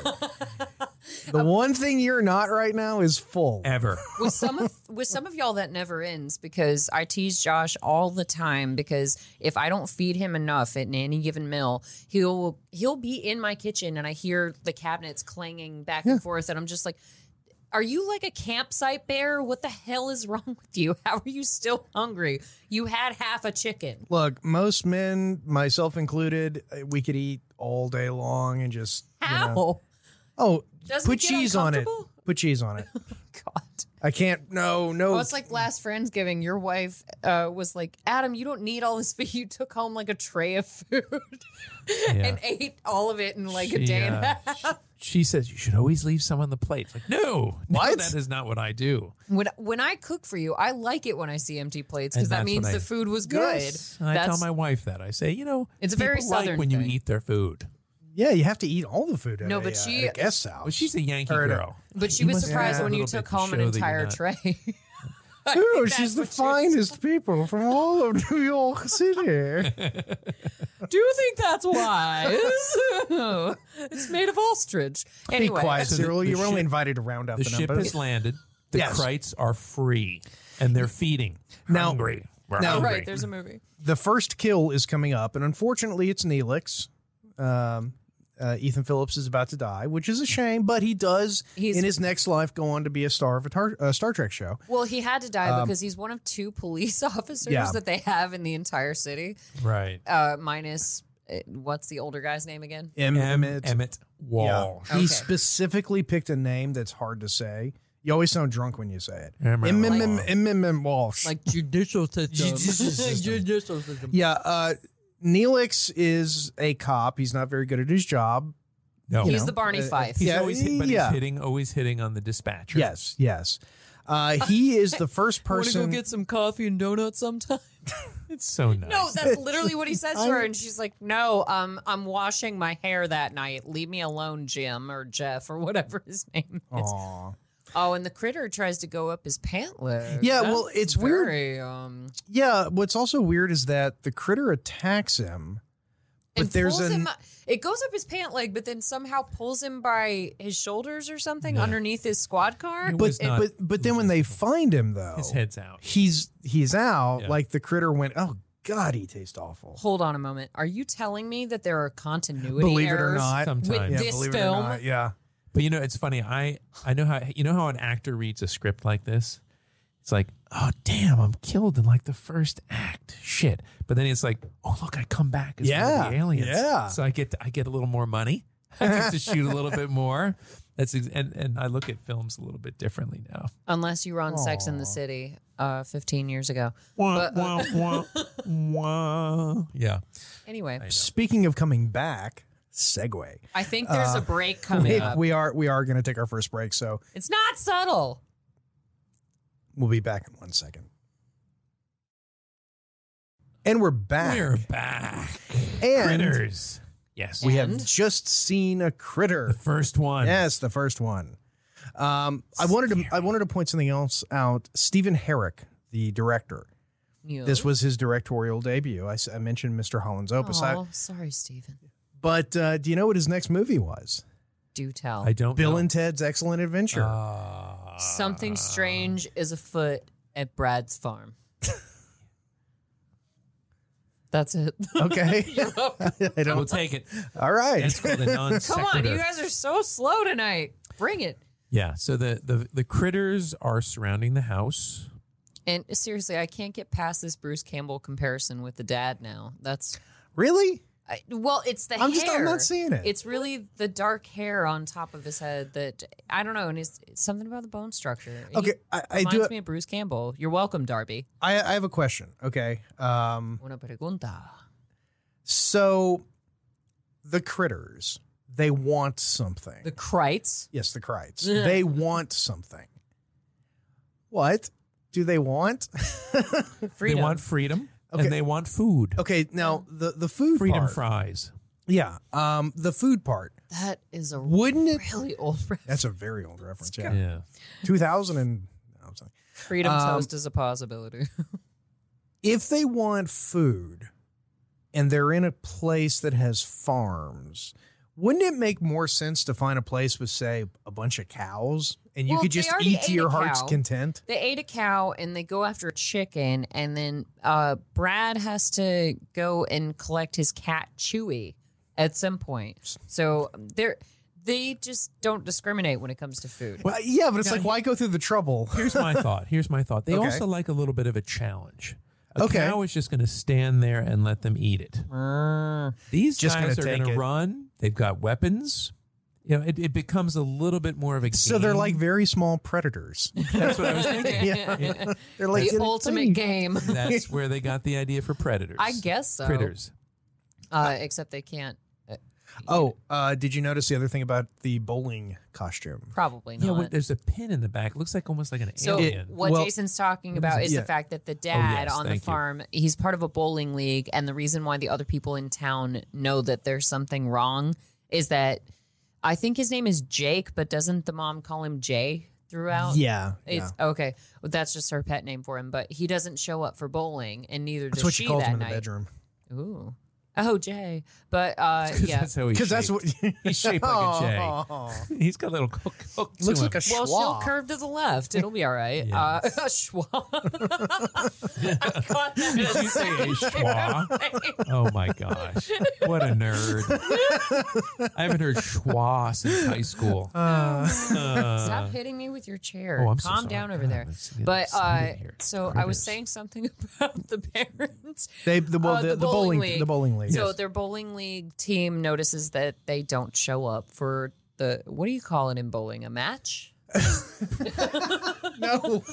the one thing you're not right now is full.
Ever.
with some of with some of y'all that never ends because I tease Josh all the time because if I don't feed him enough at any given meal, he'll he'll be in my kitchen and I hear the cabinets clanging back and forth and I'm just like are you like a campsite bear? What the hell is wrong with you? How are you still hungry? You had half a chicken.
Look, most men, myself included, uh, we could eat all day long and just you
How?
know- oh
Doesn't
put
it get
cheese on it.
uncomfortable?
Put cheese on it.
God.
I can't. No, no.
Well, Oh, it's like last Friendsgiving. Your wife uh, was like, Adam, you don't need all this food. You took home like a tray of food and ate all of it in like a
She,
day and a
uh,
half.
She says you should always leave some on the plate. It's like, no, no,
What?
that is not what I do.
When, when I cook for you, I like it when I see empty plates because
And
that
that's
means
what I-
the food was good.
And I tell
That's-
my wife that. I say, you know,
It's a very
people
Southern
like when
thing.
you eat their food.
yeah, you have to eat all the food. At
No,
a,
but
uh,
she-
at a guest house.
Well, she's a Yankee
Heard it.
girl.
but she
You
was
must
surprised
add
when
a
you
little
took
bit to
home an
show that you're
entire
not-
tray.
Ooh,
that's
she's the
what she was-
finest people from all of New York City.
Do you think that's wise? it's made of ostrich.
Be
Anyway,
quiet,
the-
Cyril.
the
You're only
ship-
invited to round up
The
the,
ship
numbers.
has landed. The
Yes.
Krites are free, and they're feeding.
Now-
hungry. We're
now-
hungry.
right? There's a movie.
the first kill is coming up, and unfortunately, it's Neelix. Um, uh, Ethan Phillips is about to die, which is a shame, but he does
He's-
in his next life go on to be a star of a tar- uh, Star Trek show.
Well, he had to die
um,
because he's one of two police officers
Yeah.
that they have in the entire city.
Right.
Uh, minus uh, what's the older guy's name again?
Em- Emmett.
Emmett Wall.
Yeah. He
Okay.
specifically picked a name that's hard to say. You always sound drunk when you say it.
Emmett
Em-
Wall.
em- em- em- em- Walsh.
Like judicial system.
Judicial system.
Judicial system.
Yeah, uh, Neelix is a cop. He's not very good at his job.
No.
You
he's
know,
the Barney
uh,
Fife.
He's
Yeah,
always hit, but
yeah.
he's hitting, always hitting on the dispatcher.
Yes, yes. Uh, he is the first
Want to go
person.
get some coffee and donuts sometime?
It's so nice.
No, that's literally what he says to her, and she's like, "No, um, I'm washing my hair that night. Leave me alone, Jim or Jeff or whatever his name is."
Aw.
Oh, and the critter tries to go up his pant leg.
Yeah, well,
That's
it's weird.
very, Um,
Yeah, what's also weird is that the critter attacks him, but
and
there's
pulls
an
him, it goes up his pant leg, but then somehow pulls him by his shoulders or something
Yeah.
underneath his squad car.
It
but
was not-
but but then when they find him though,
his head's out.
he's he's out.
Yeah.
Like the critter went, oh god, he tastes awful.
Hold on a moment. Are you telling me that there are continuity
Believe it or
errors?
not,
Sometimes.
yeah,
this
believe it or
film?
not, yeah.
But you know, it's funny. I I know how you know how an actor reads a script like this. It's like, oh damn, I'm killed in like the first act. Shit. But then it's like, oh look, I come back as one
Yeah,
of the aliens.
yeah.
So I get to, I get a little more money. I get to shoot a little bit more. That's ex- and and I look at films a little bit differently now.
Unless you were on Sex in the City uh, 15 years ago.
Wah, wah, wah, wah. Yeah.
Anyway,
Speaking of coming back, segue.
I think there's a break coming
Uh, We,
up.
we are we are going to take our first break, so
it's not subtle.
we'll be back in one second. And we're back.
We're back.
and
Critters. Yes.
we
And?
have just seen a critter.
the first one.
Yes, the first one. Um, I wanted to I wanted to point something else out. Stephen Herrick, the director.
You.
This was his directorial debut. I, s- I mentioned Mr. Holland's Opus. I-
Oh, sorry, Stephen.
but uh, do you know what his next movie was?
Do tell.
I don't
Bill
know.
and Ted's Excellent Adventure.
Uh.
Ah.
Uh.
Something strange is afoot at Brad's farm. That's it.
okay. I don't-
We'll take it.
all right.
That's called a non
Come on, you guys are so slow tonight. Bring it.
Yeah. So the, the the critters are surrounding the house.
And seriously, I can't get past this Bruce Campbell comparison with the dad now. That's
Really?
I, well, it's the
I'm
hair.
just- I'm not seeing it.
It's really the dark hair on top of his head that I don't know, and it's, it's something about the bone structure. He
Okay. I, I do.
reminds me of Bruce Campbell. You're welcome, Darby.
I, I have a question. Okay. Um,
Una pregunta.
so the critters, they want something.
The Kreitz.
Yes, the Krites. they want something. What do they want?
Freedom.
They want freedom
Okay.
and they want food.
okay, now the the food
Freedom
part.
fries.
yeah, um, the food part.
that is a
Wouldn't it?
really old reference.
That's a very old reference. Yeah,
Yeah.
two thousand and. no, I'm sorry.
Freedom
Um,
toast is a possibility.
If they want food, and they're in a place that has farms. Wouldn't it make more sense to find a place with, say, a bunch of cows, and you
Well,
could
they
just
already
eat to
ate
your
a
heart's
cow.
content?
they ate a cow and they go after a chicken, and then uh, Brad has to go and collect his cat Chewy at some point. So um, they're they just don't discriminate when it comes to food.
Uh, yeah, but it's like, why go through the trouble?
Here's my thought. Here's my thought. They
Okay.
also like a little bit of a challenge. A
Okay.
cow is just going to stand there and let them eat it. These
Just
guys
gonna
are
take
going
it.
to run. They've got weapons. You know, it, it becomes a little bit more of a.
So they're
game.
like very small predators.
That's what I was thinking.
yeah. They're like
the
"Get it
ultimate
done."
game.
That's where they got the idea for predators.
I guess so.
Critters.
Uh, except they can't. uh,
Oh, uh, did you notice the other thing about the bowling costume?
Probably
Yeah,
not.
well, there's a pin in the back. It looks like almost like an
so
alien.
what
well-
Jason's talking about is
Yeah. Oh,
the fact that the dad
yes,
on the
thank you.
farm, he's part of a bowling league, and the reason why the other people in town know that there's something wrong is that I think his name is Jake, but doesn't the mom call him Jay throughout?
Yeah, yeah.
Oh, It's okay. Well, that's just her pet name for him, but he doesn't show up for bowling, and neither
That's
does
what
she
she calls
that
him in the
night.
bedroom.
Ooh. Oh, Jay. But uh,
'Cause
yeah.
that's how he's
because that's what Oh.
shaped. he's shaped like a J. He's got a little hook, hook to
Looks
him.
like a
Well,
schwa.
she'll curve to the left. It'll be all right. Uh, a schwa. I caught that
Did you
as
say a schwa? Oh my gosh. What a nerd. I haven't heard schwa since high school. Uh,
Stop hitting me with your chair.
Oh, I'm so
Calm
sorry.
down over
God,
there.
let's get
But uh,
excited here.
so
There
I
it
was
is.
saying something about the parents.
They the, well,
Uh,
the,
the
the bowling,
bowling league.
the bowling league.
So their bowling league team notices that they don't show up for the what do you call it in bowling? A match?
no,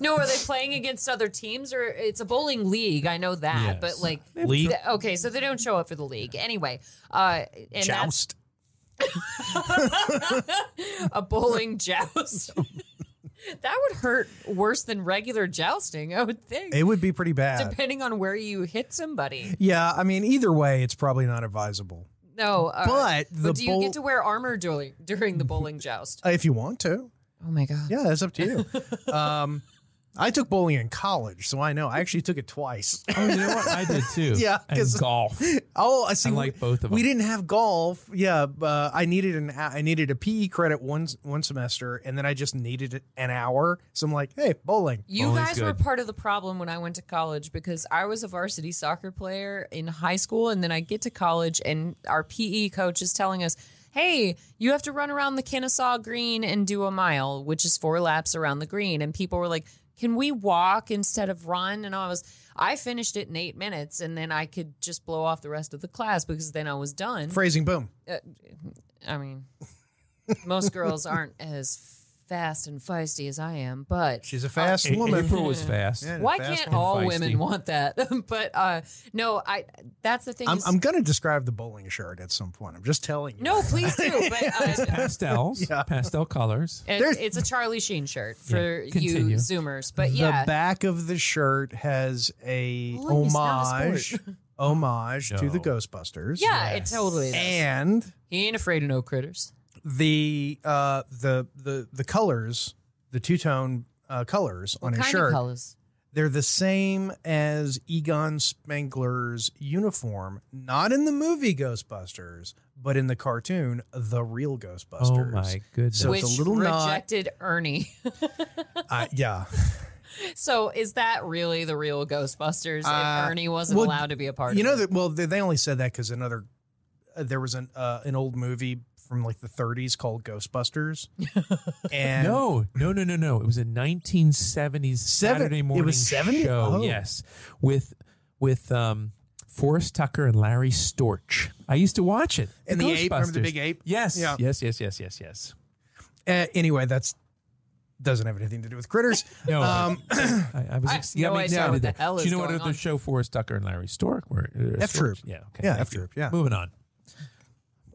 No, are they playing against other teams or it's a bowling league? I know that,
Yes.
but like
League?
th- okay, so they don't show up for the league anyway. Uh, and that's
joust.
a bowling joust. that would hurt worse than regular jousting, I would think.
It would be pretty bad.
Depending on where you hit somebody.
yeah, I mean, either way, it's probably not advisable.
No, uh,
But the
do you
bowl-
get to wear armor during during the bowling joust?
Uh, if you want to,
Oh my god!
yeah, that's up to you. um, I took bowling in college, so I know. I actually took it twice.
Oh, you know what? I did too.
Yeah,
And
'cause-
golf.
oh, I see.
I like both of
We
them.
didn't have golf. Yeah, uh, I needed an I needed a PE credit one one semester, and then I just needed an hour. So I'm like, hey, bowling.
You
Bowling's
guys were
good.
part of the problem when I went to college because I was a varsity soccer player in high school, and then I get to college, and our PE coach is telling us, "Hey, you have to run around the Kennesaw Green and do a mile, which is four laps around the green." And people were like, "Can we walk instead of run?" And I was, I finished it in eight minutes, and then I could just blow off the rest of the class because then I was done.
Phrasing, boom.
I mean, most girls aren't as fast and feisty as I am, but
She's a fast woman.
Uh, April was fast.
Yeah.
why
fast
can't
and
all
feisty.
women want that? but uh, no, I. That's the thing.
I'm,
is-
I'm going to describe the bowling shirt at some point. I'm just telling you.
no, please do. But uh,
Pastels. Pastel colors.
it,
There's-
it's a Charlie Sheen shirt for you
continue.
Zoomers. But
the
yeah,
back of the shirt has a
Bowling is not a
homage, homage to the Ghostbusters.
yeah, it totally is.
and
he ain't afraid of no critters.
the uh, the the the colors, the two tone uh, colors on
what
his
kind
shirt,
of colors?
they're the same as Egon Spengler's uniform, not in the movie Ghostbusters, but in the cartoon, the real
Oh
Ghostbusters.
my goodness.
So
Which
it's a little nod.
rejected Ernie.
I- yeah.
so is that really the real Ghostbusters? If
Uh,
Ernie wasn't
well,
allowed to be a part
you
of
know
it?
that well they, they only said that because another uh, there was an uh, an old movie from like the 30s called ghostbusters and
no, no, no, no, no. It was a 1970s
Seven-
Saturday
it was
morning
70?
show.
Oh.
Yes, with with um, Forrest Tucker and Larry Storch. I used to watch it.
And the ape, remember the
Ghostbusters.
big ape?
Yes,
Yeah.
yes, yes, yes, yes, yes.
uh, anyway that's doesn't have anything to do with critters
No,
um
I, I was
I have
ex- you got
no
me
idea
excited
what the
there.
hell
Do
is
you know
going
what
on.
the show Forrest Tucker and Larry Stork were? uh,
F
Storch.
Troop.
Yeah, okay.
Yeah,
thank
F Troop,
you.
yeah.
Moving on.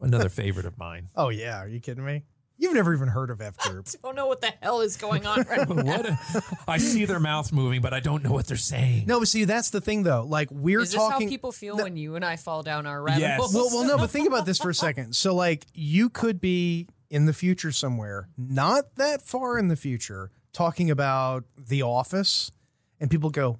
Another favorite of mine.
oh yeah are you kidding me you've never even heard of f group
don't know what the hell is going on right now.
What a, I see their mouths moving, but I don't know what they're saying.
no but see that's the thing though like we're
Is this
talking
how people feel when you and I fall down our rabbit
Yes.
holes?
well, well, no, but think about this for a second. So, like, you could be in the future somewhere, not that far in the future, talking about The Office, and people go,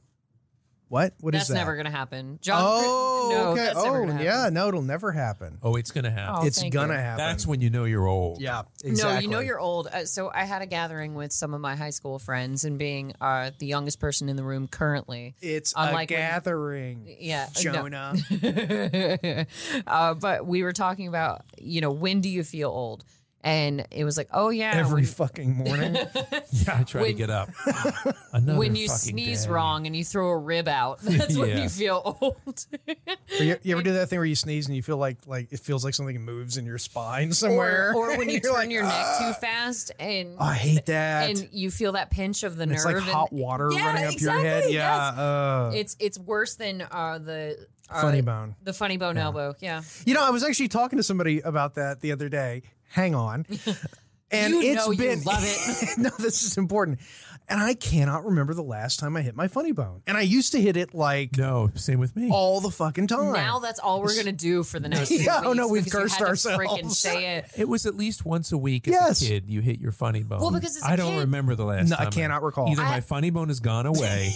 "What? What is
that's
that?"
never going to happen. John,
oh,
no,
okay.
that's
oh,
never gonna happen.
yeah. No, it'll never happen.
Oh, it's gonna happen.
Oh,
it's
thank
gonna
you.
happen.
That's when you know you're old.
Yeah.
No,
Exactly.
you know you're old. Uh, so I had a gathering with some of my high school friends, and being uh, the youngest person in the room currently,
It's
Unlike
a
when-
gathering.
yeah, no.
Jonah.
uh, but we were talking about, you know, when do you feel old? And it was like, oh yeah,
Every
when,
fucking morning.
Yeah, I try to
When-
get up. Another
when you
fucking
sneeze
day.
wrong and you throw a rib out, that's when
Yeah.
you feel old.
Or you, you ever do that thing where you sneeze and you feel like like it feels like something moves in your spine somewhere,
or, or when you
You're
turn
like,
your neck
"Ah,
too fast and
I hate that.
and you feel that pinch of the nerve.
It's like
and-
hot water
Yeah,
running up your head.
exactly,
Yeah.
yes.
uh,
It's it's worse than uh, the uh,
funny bone.
the funny bone elbow. Yeah,
You know, I was actually talking to somebody about that the other day. Hang on. And
You
it's
know you
been
love it.
no, this is important. And I cannot remember the last time I hit my funny bone. And I used to hit it like
No, same with me.
all the fucking time.
Now that's all we're gonna do for the next.
Yeah,
few
oh, no,
weeks
we've
because you
cursed
had to freaking
ourselves.
Say it.
It was at least once a week as
Yes.
a kid. You hit your funny bone.
Well, because as a
I don't
kid-
remember the last
No, I
time.
cannot recall.
Either
I-
my funny bone has gone away,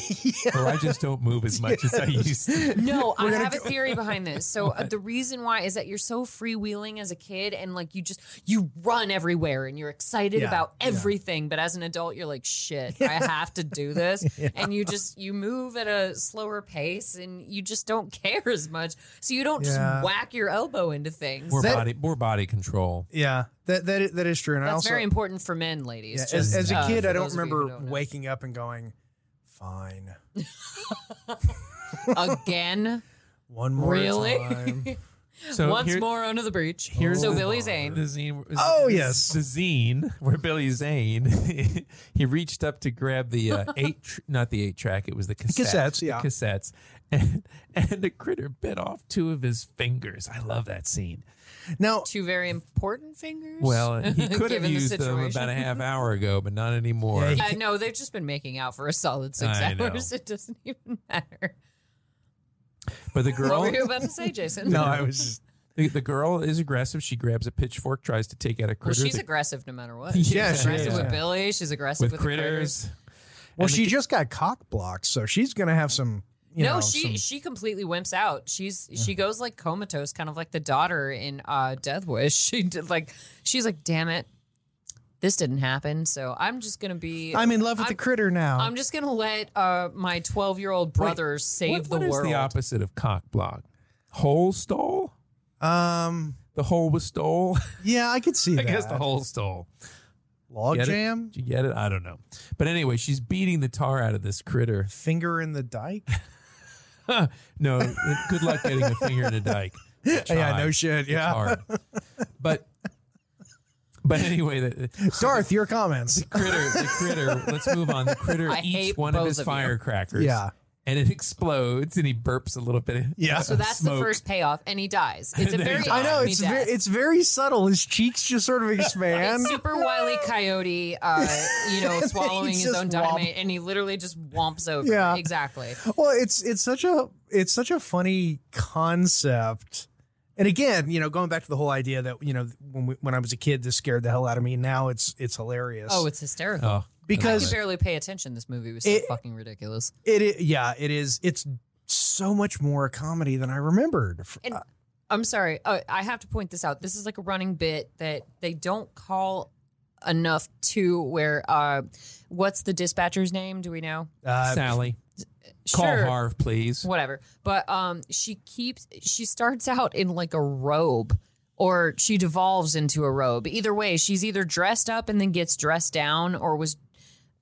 or I just don't move as much as I used to.
No, I have a theory behind this. So uh, the reason why is that you're so freewheeling as a kid, and like you just you run everywhere, and you're excited
Yeah,
about
yeah.
everything. But as an adult, you're like, shit, I have to do this, and you just you move at a slower pace, and you just don't care as much. So you don't
Yeah.
just whack your elbow into things.
More
That-
body, more body control.
Yeah, that that i- that is true. And I
That's
also
very important for men, ladies.
yeah, as,
just,
as a
uh,
kid,
for
I don't
those of you who
remember
don't know.
waking up and going, "Fine,
again.
one more
Really?
time."
So
Once
here-
more under the breach.
Here's
so
the-
Billy Zane.
The zine,
Oh, yes.
the zine where Billy Zane he reached up to grab the uh, eight, tr- not the eight track, it was the cassettes,
cassettes,
the
yeah.
cassettes, and and the critter bit off two of his fingers. I love that scene.
Now,
Two very important fingers.
Well, he could
Given
have
the
used them
situation.
about a half hour ago, but not anymore.
Yeah,
Uh, no, they've just been making out for a solid six
I know.
hours. It doesn't even matter.
but the
What
girl,
were you about to say, Jason?
no, I was just,
the, the girl is aggressive. She grabs a pitchfork, tries to take out a
Well,
critter.
she's
The-
aggressive no matter what.
Yeah,
She's
Yeah, she
aggressive
is,
with
yeah.
Billy. She's aggressive
with,
with, the
critters.
well,
And the
she
ki-
just got cock blocked, so she's gonna have some. You
no,
know,
she
some-
she completely wimps out. She's she goes like comatose, kind of like the daughter in uh, Death Wish. She did like she's like, damn it, this didn't happen. So I'm just gonna be.
I'm in love with the
I'm-
critter now.
I'm just gonna let uh, my 12 year old brother save
What-
the
what is
world.
the opposite of cock block? Hole stole.
um,
The hole was stole.
yeah, I could see.
I guess the
that.
whole stole.
log
Get it?
jam,
Did you get it? I don't know. But anyway, she's beating the tar out of this critter.
finger in the dike. Oh,
No, good luck getting a finger in a dike.
Yeah,
Try.
no shit.
It's
Yeah,
hard. But but anyway, the, the
Darth, your comments.
critter, the critter. Let's move on. The critter
I
eats
hate
one of
both
his
of you.
firecrackers.
Yeah,
and it explodes, and he burps a little bit.
yeah.
So that's the
Smoke.
first payoff, and he dies. It's a
And then
very
he
I know
odd
it's
death.
very, it's very subtle. His cheeks just sort of expand.
It's super wily coyote, uh, you know, swallowing
He's
his own
just
dynamite, and he literally just womps over.
Yeah.
exactly.
Well, it's it's such a it's such a funny concept. And again, you know, going back to the whole idea that you know when we, when I was a kid, this scared the hell out of me. Now it's it's hilarious.
Oh, it's hysterical.
Oh,
I could
because
barely pay attention. This movie was so
It-
fucking ridiculous.
it, i- yeah, it is. It's so much more a comedy than I remembered. F- uh,
And I'm sorry, uh, I have to point this out. This is like a running bit that they don't call enough to where. Uh, what's the dispatcher's name? Do we know?
Uh,
Sally, call Harv, please.
whatever. But um, she keeps she starts out in like a robe, or she devolves into a robe. Either way, she's either dressed up and then gets dressed down, or was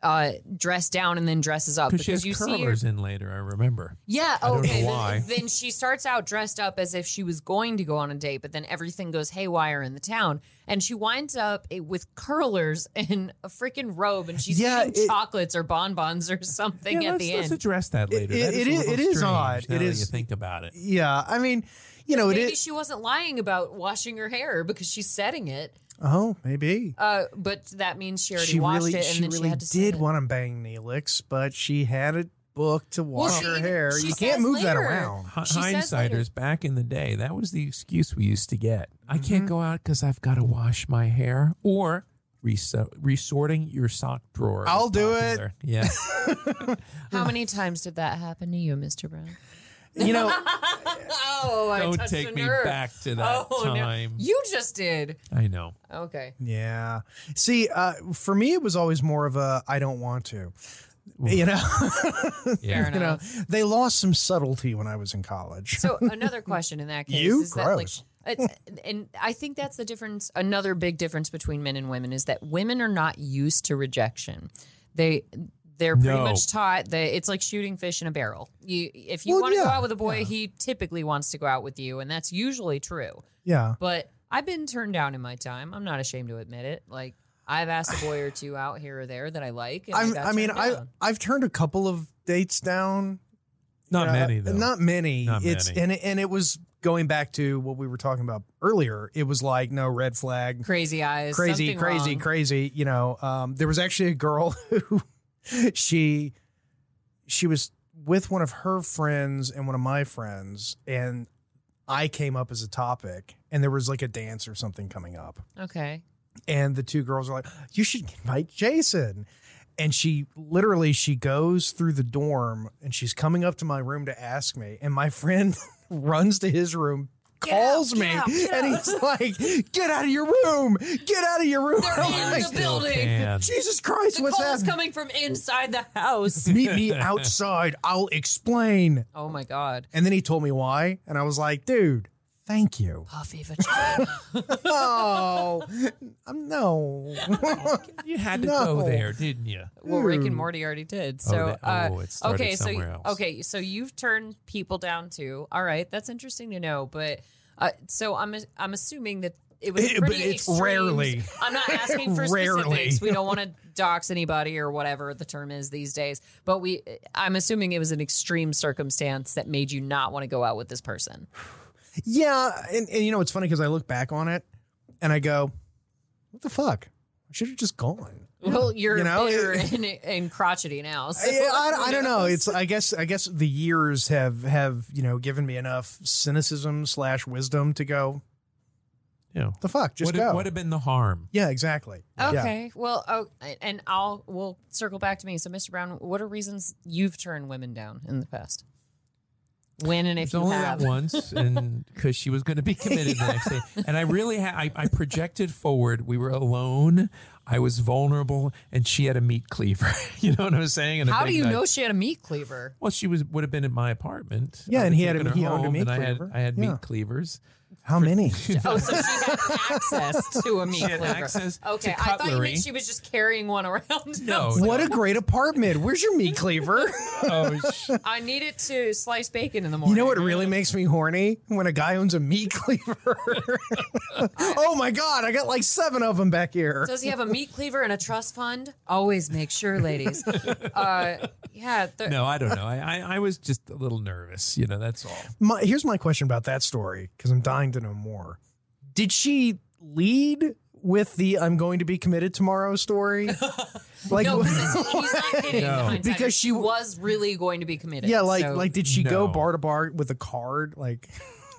uh dressed down and then dresses up
Because she has
you
curlers in later. I remember.
yeah
don't
okay
know
then-
why.
Then, she starts out dressed up as if she was going to go on a date but then everything goes haywire in the town and she winds up eh, with curlers and a freaking robe and she's
Yeah,
eating
it-
chocolates or bonbons or something
yeah,
at
let's,
the
let's
end
address that later.
it-
That
it
a
is-
little
it is
strange
odd.
now
It
that
is-
You think about it.
yeah, I mean, you know, it
maybe
is.
she wasn't lying about washing her hair because she's setting it.
Oh, maybe.
Uh, but that means she already
She
washed
really,
it, and
she
then
really
she had to set
did
it.
want to bang Neelix, but she had a book to wash
she
her
even-
hair.
she
You
says
can't move that
later-
around.
Hi-
She says later-
hindsighters back in the day that was the excuse we used to get i
Mm-hmm.
can't go out because i've got to wash my hair or reso- resorting your sock drawer is
I'll do it.
popular. yeah
How many times did that happen to you, Mister Brown?
You know,
oh, I
don't
touched a
take me
nerve.
back to that
Oh, no.
time
You just did.
i know
Okay.
Yeah. See, uh, for me, it was always more of a I don't want to. You know,
yeah
you know, they lost some subtlety when I was in college.
So another question in that case
You?
is
Gross.
that like, uh, and I think that's the difference. Another big difference between men and women is that women are not used to rejection. They they're pretty
No.
much taught that it's like shooting fish in a barrel. You if you
Well,
want to go
yeah,
out with a boy, he typically wants to go out with you, and that's usually true.
yeah.
But I've been turned down in my time. I'm not ashamed to admit it. Like I've asked a boy or two out here or there that I like. And
I'm,
got
I mean,
turned
I
down.
I've turned a couple of dates down.
not
You know,
many though
Not many.
Not
it's
many.
and it- and it was going back to what we were talking about earlier, it was like no red flag,
Crazy eyes.
crazy,
something
crazy,
wrong.
crazy. You know, um, there was actually a girl who she she was with one of her friends and one of my friends, and I came up as a topic, and there was like a dance or something coming up,
Okay.
and the two girls are like, "You should invite Jason." And she literally she goes through the dorm and she's coming up to my room to ask me, and my friend runs to his room. Calls me and he's like, "Get out of your room! Get out of your room!"
They're
I'm
in
like,
the building.
Man.
Jesus Christ,
The
what's
call is
happening?
coming from inside the house.
Meet me outside. I'll explain.
Oh my god.
And then he told me why, and I was like, "Dude, thank you."
Puffy vagina.
oh, um, no.
You had to
No.
go there, didn't you?
well, Rick
Dude.
and Morty already did.
Oh,
So,
that- oh, it
uh,
started
okay, so
somewhere else.
okay, so you've turned people down too. All right, that's interesting to know. But uh, so I'm I'm assuming that it was
It- but
pretty
it's
extremes.
rarely.
I'm not asking for
Rarely.
specifics. We don't want to dox anybody or whatever the term is these days. But we, I'm assuming it was an extreme circumstance that made you not want to go out with this person.
Yeah, and, and you know it's funny because I look back on it and I go, "What the fuck? I should have just gone."
Well, you're
You know,
bitter
it-
and, and crotchety now. So
I, I,
who
I don't know.
knows?
It's I guess I guess the years have have you know given me enough cynicism slash wisdom to go
Yeah.
the fuck just
what
go.
would have been the harm?
yeah, exactly. Yeah.
Okay. Well, oh, and I'll we'll circle back to me. So, Mr. Brown, what are reasons you've turned women down in the past? When and if
It's
you
only
have,
that once, and because she was going to be committed the next day, and I really ha- I, I projected forward. We were alone. I was vulnerable, and she had a meat cleaver. you know what I'm saying? And a
how
big
do you
knife.
know she had a meat cleaver?
Well, she was would have been in my apartment.
Yeah,
I
and
would
he had
have
a-
taken her
he owned a
home,
meat
and I had
cleaver.
I had
Yeah.
meat cleavers.
How many?
Oh, so she had access to a meat
had
cleaver.
access to
okay, I thought you
cutlery.
meant she was just carrying one around.
No,
what a great apartment. Where's your meat cleaver?
oh, sh-
I need it to slice bacon in the
You
morning.
know what really makes me horny? When a guy owns a meat cleaver. oh my God, I got like seven of them back here.
Does he have a meat cleaver and a trust fund? Always make sure, ladies. Uh, yeah. The,
no, I don't know. I, I I was just a little nervous. You know, that's all.
My, here's my question about that story because I'm dying to know more. Did she lead with the I'm going to be committed tomorrow story? like,
No, because he's not kidding.
No.
hindsight.
Because she-
was really going to be committed.
yeah, like,
so-
like did she go
No.
bar to bar with a card? Like,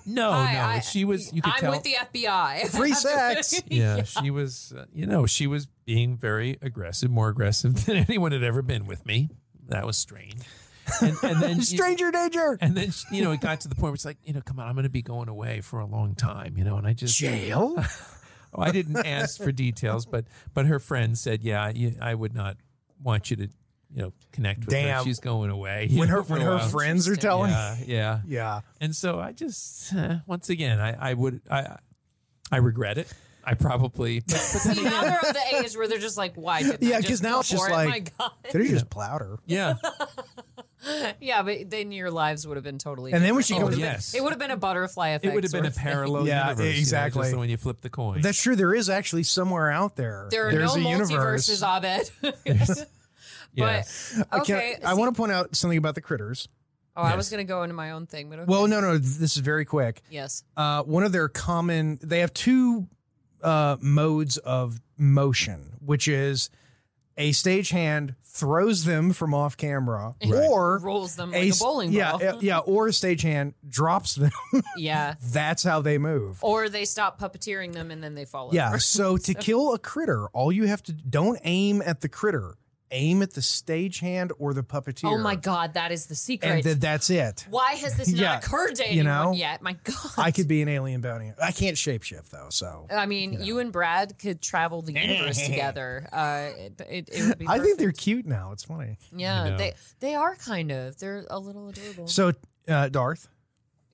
No,
oh,
Hi,
no,
I-
she was. You could
I'm
tell.
with the FBI.
free sex.
yeah, she was. Uh, you know, she was being very aggressive, more aggressive than anyone had ever been with me. That was strange. And, and then she-
Stranger danger.
And then she- you know, it got to the point where it's like, you know, come on, I'm going to be going away for a long time, you know, and I just
Jail?
Oh, I didn't ask for details, but but her friend said, yeah, you, I would not want you to, you know, connect with
Damn.
her. She's going away. you
When
know,
her,
for
when
a
her
while.
friends are telling. Yeah.
Yeah, yeah. And so I just uh, once again, I, I would I I regret it. I probably but, but then
See, now they're at the age where they're just like, why? Didn't I
Yeah, 'cause
just
now
go
it's just
for it?
like-
my
Could have just plowed her.
Yeah.
God. Yeah, but then your lives would have been totally.
And then when she
different.
comes-
It would've been-
Oh, Yes.
it would have been a butterfly effect.
It would have been a
sort of thing.
parallel
Yeah,
universe. you know, just
exactly.
when you flip the coin.
That's true. There is actually somewhere out there.
There are
There's
no
a universe.
multiverses, Abed.
Yes.
But
Can
okay,
I, I want to point out something about the critters.
Oh, I was going to go into my own thing, but okay.
Well, no, no, this is very quick.
yes.
Uh, one of their common, they have two uh, modes of motion, which is a stagehand throws them from off camera, or
Rolls them like a
s-
bowling
yeah,
ball.
uh, yeah, or a stagehand drops them.
yeah.
That's how they move.
Or they stop puppeteering them and then they fall over.
Yeah. So to kill a critter, all you have to don't aim at the critter, aim at the stagehand or the puppeteer.
Oh my God, that is the secret.
And th- that's it.
Why has this not
Yeah,
occurred to
you
anyone
know?
yet? My God.
I could be an alien bounty. hunter. I can't shapeshift though, so
I mean, you, and Brad could travel the universe together. Uh, it, it, it would be.
I think they're
perfect.
cute now. It's funny.
I
Yeah,
know.
they they are kind of. They're a little adorable.
So, uh, Darth,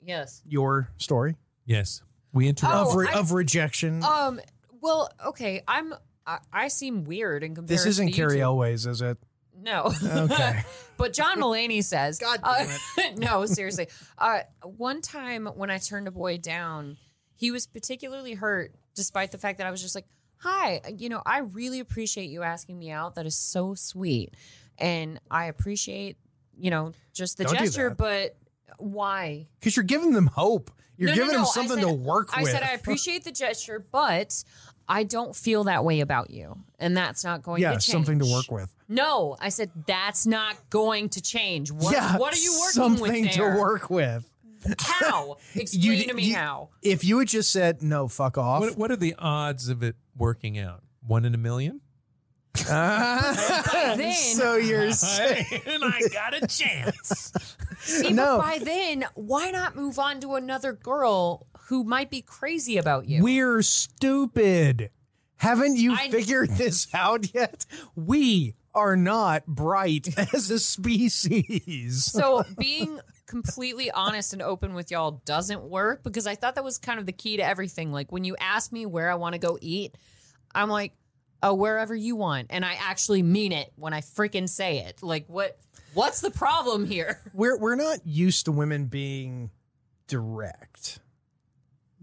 yes.
your story
Yes. We interrupt.
of,
Oh,
re-
I-
of rejection.
Um. Well, okay. I'm. I, I seem weird in comparison.
this isn't
to you
Carrie
two.
Elways, is it?
No.
Okay.
but John Mulaney says,
God
uh,
damn
no, seriously. Uh, one time when I turned a boy down, he was particularly hurt, despite the fact that I was just like, "Hi, you know, I really appreciate you asking me out. That is so sweet, and I appreciate, you know, just the
Don't do
gesture,
that.
but." why?
because you're giving them hope. You're
No, no,
giving
no,
them
I
something
said-
to work
I
with.
said I appreciate the gesture, but I don't feel that way about you, and that's not going
yeah,
to change.
something to work with.
No, I said that's not going to change. What,
yeah,
what are you working
something
with? there?
to work with.
How? Explain
You d-
to me
you-
how.
If you had just said no, fuck off.
What, what are the odds of it working out? One in a million?
Ah,
then-
so you're saying
and I got a chance.
See,
No.
but by then, why not move on to another girl who might be crazy about you?
we're stupid. Haven't you
I-
figured this out yet? We are not bright as a species.
so being completely honest and open with y'all doesn't work because I thought that was kind of the key to everything. Like when you ask me where I want to go eat, I'm like, oh, wherever you want, and I actually mean it when I freaking say it. Like what? What's the problem here?
We're we're not used to women being direct.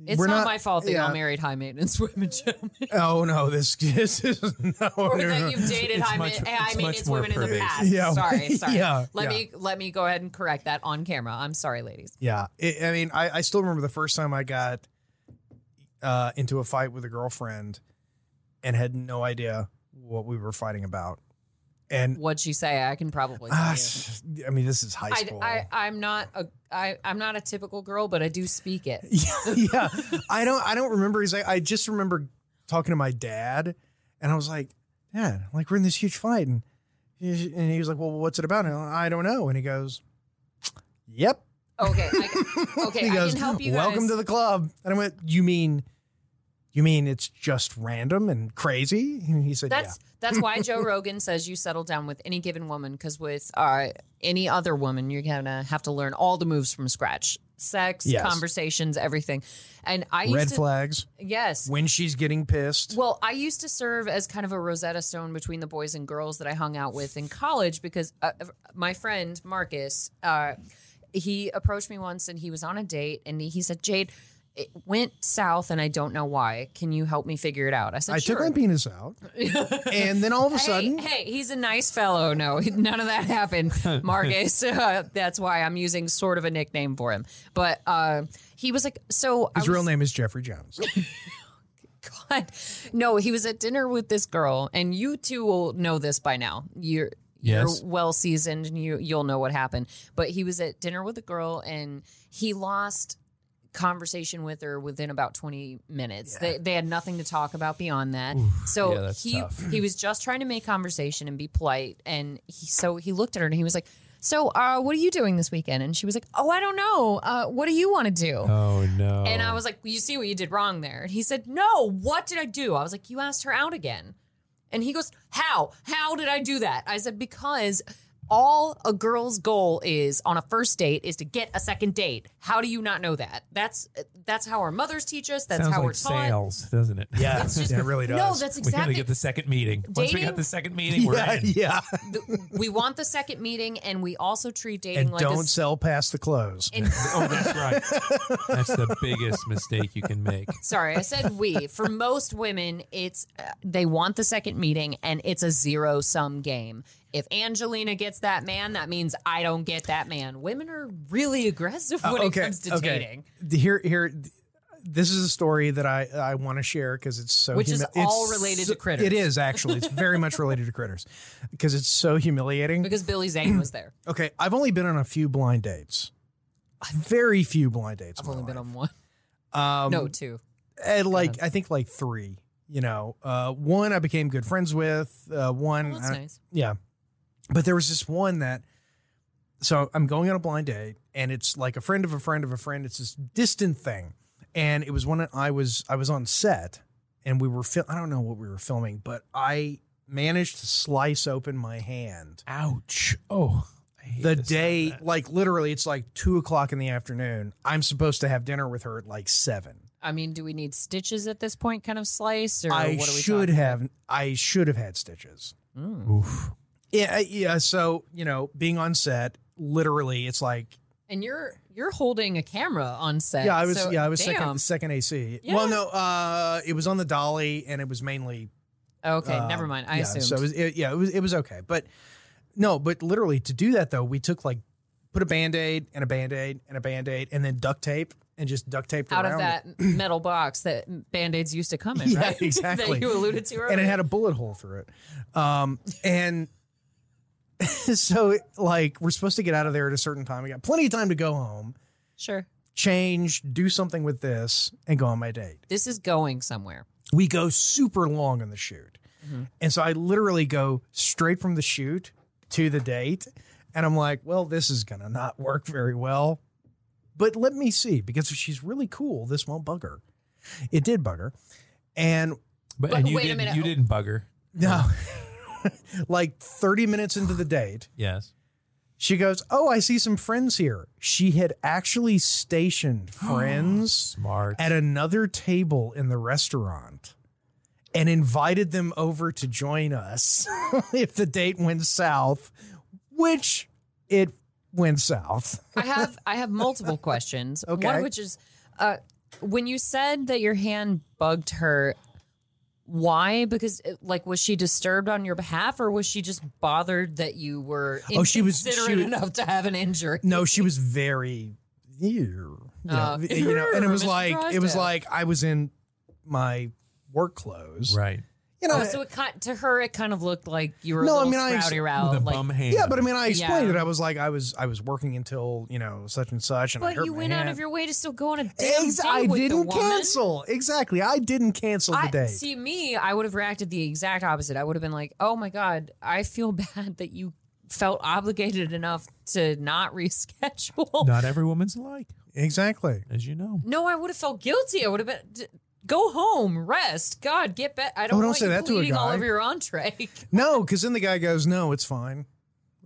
It's
We're
not,
not-
my fault that
yeah.
y'all married high maintenance women, gentlemen.
Oh no, this, this is no.
or
no, no.
that you've dated
It's
high,
much-
ma- high
it's
maintenance
much more
women in the
pervasive.
past.
Yeah.
Sorry, sorry.
Yeah,
let
yeah.
me let me go ahead and correct that on camera. I'm sorry, ladies.
Yeah, it, I mean, I, I still remember the first time I got uh, into a fight with a girlfriend and had no idea what we were fighting about. And
What'd she say? I can probably.
ah,
Tell you.
I mean, this is high
I,
school.
I I'm not a I I'm not a typical girl, but I do speak it.
yeah, yeah. I don't. I don't remember. He's like, I just remember talking to my dad, and I was like, Dad, like we're in this huge fight, and he, and he was like, Well, what's it about? And I'm like, I don't know. And he goes, Yep.
Okay, I, okay,
he
I
goes,
can help you.
Welcome
guys.
to the club. And I went, You mean you mean it's just random and crazy? And he said,
That's that's why Joe Rogan says you settle down with any given woman because with uh, any other woman you're gonna have to learn all the moves from scratch. Sex,
Yes.
conversations, everything. And I
Yeah. Red
used to
flags
yes.
when she's getting pissed.
Well, I used to serve as kind of a Rosetta Stone between the boys and girls that I hung out with in college because uh, my friend Marcus, uh, he approached me once and he was on a date and he said, "Jade, it went south and I don't know why. Can you help me figure it out?" I said,
I
"Sure."
took my penis out. and then all of a sudden,
Hey, hey, he's a nice fellow. No, he- none of that happened, Marcus. Uh, that's why I'm using sort of a nickname for him. But uh, he was like, so I
his
was,
real name is Jeffrey Jones.
God. No, he was at dinner with this girl, and you two will know this by now. You're
Yes.
you're well seasoned, and you you'll know what happened. But he was at dinner with a girl, and he lost conversation with her within about 20 minutes. They, they had nothing to talk about beyond that. so
yeah, that's
he
tough.
he was just trying to make conversation and be polite and he so he looked at her and he was like, "So, uh what are you doing this weekend?" And she was like, "Oh, I don't know. Uh what do you want to do?"
Oh, no.
And I was like, well, You see what you did wrong there. And he said, No, what did I do? I was like, You asked her out again. And he goes, How? How did I do that? I said, Because all a girl's goal is on a first date is to get a second date. How do you not know that? That's that's how our mothers teach us. That's
Sounds
how
like
we're taught.
sales, doesn't it?
Yeah, it really does.
No, that's
We got to
exactly.
get the second meeting. Once we
Dating-
got the second meeting, we're
yeah,
in.
yeah.
the- we want the second meeting, and we also treat dating
And
like a
don't
s-
sell past the close.
and-
Oh, that's right. That's the biggest mistake you can make.
Sorry, I said we. For most women, it's uh, they want the second meeting and it's a zero sum game. If Angelina gets that man, that means I don't get that man. Women are really aggressive
Uh,
when it comes to dating,
Here, here. This is a story that I I want to share because it's so
Which is
humi- it's
all related to
so-
critters.
It is actually. It's very much related to critters because it's so humiliating.
because Billy Zane was there.
Okay, I've only been on a few blind dates. Very few blind dates.
I've
in my
only been
life.
on one,
Um,
no two.
at like I think like three. You know, uh, one I became good friends with. Uh, one,
Oh, that's
I-
nice.
yeah. But there was this one that so I'm going on a blind date and it's like a friend of a friend of a friend. It's this distant thing. And it was when I was I was on set and we were fil- I don't know what we were filming, but I managed to slice open my hand
Ouch. Oh, I hate
the
to say
day
that.
like literally it's like two o'clock in the afternoon. I'm supposed to have dinner with her at like seven.
I mean, do we need stitches at this point? Kind of slice, or
I
what are we
should
talking
have I should have had stitches.
Oof.
Yeah, I- yeah. So, you know, being on set, literally it's like
And you're you're holding a camera on set.
Yeah, I was.
so-
yeah, I was
damn.
second second AC.
Yeah.
Well, no, uh, it was on the dolly, and it was mainly.
Okay,
um,
never mind. I
yeah,
assumed.
So it was, it, yeah, it was it was okay, but no, but literally to do that though, we took like put a band aid and a band aid and a band aid and then duct tape and just duct tape
out
around
of
it.
that metal box that band aids used to come in,
Yeah,
right?
exactly.
that you alluded to earlier.
and it had a bullet hole through it. Um, and so, it- like, we're supposed to get out of there at a certain time. We got plenty of time to go home,
sure.
change, do something with this, and go on my date.
This is going somewhere.
We go super long on the shoot. And so I literally go straight from the shoot to the date. And I'm like, well, this is going to not work very well. But let me see, because if she's really cool, this won't bug her. It did bug her. And
But,
But
and you
wait a
didn't
minute.
you didn't bug her.
No. like 30 minutes into the date,
Yes.
she goes, Oh, I see some friends here. She had actually stationed friends
Smart.
at another table in the restaurant and invited them over to join us if the date went south, which it went south.
I have I have multiple questions. One
Okay.
of which is uh, when you said that your hand bugged her, why? Because it- like was she disturbed on your behalf or was she just bothered that you were
Oh, she was- she
inconsiderate
was-
enough to have an injury?
No, she was very, you know,
Oh.
you know and it was
Mr.
like, it was
Drysdale.
like I was in my work clothes.
right.
You know,
Oh, so it kind, to her it kind of looked like you were
No, I
a little
mean, I ex-
rowdy
With
row.
a
Like,
bum hand.
Yeah, but I mean, I explained
Yeah.
it. I was like, I was, I was working until you know such and such, and I
but
hurt
you
my
went out
hand.
of your way to still go on a damn
Ex-
date
I
with the
didn't
woman.
cancel. Exactly, I didn't cancel the
I,
date.
See, me, I would have reacted the exact opposite. I would have been like, oh my God, I feel bad that you felt obligated enough to not reschedule. No,
not every woman's alike,
exactly.
as you know.
I would have felt guilty. I would have been. d- Go home, rest. God, get back. I don't,
Oh, don't
want
say
you
that to a
bleeding all
guy.
over your entree.
No, because then the guy goes, "No, it's fine.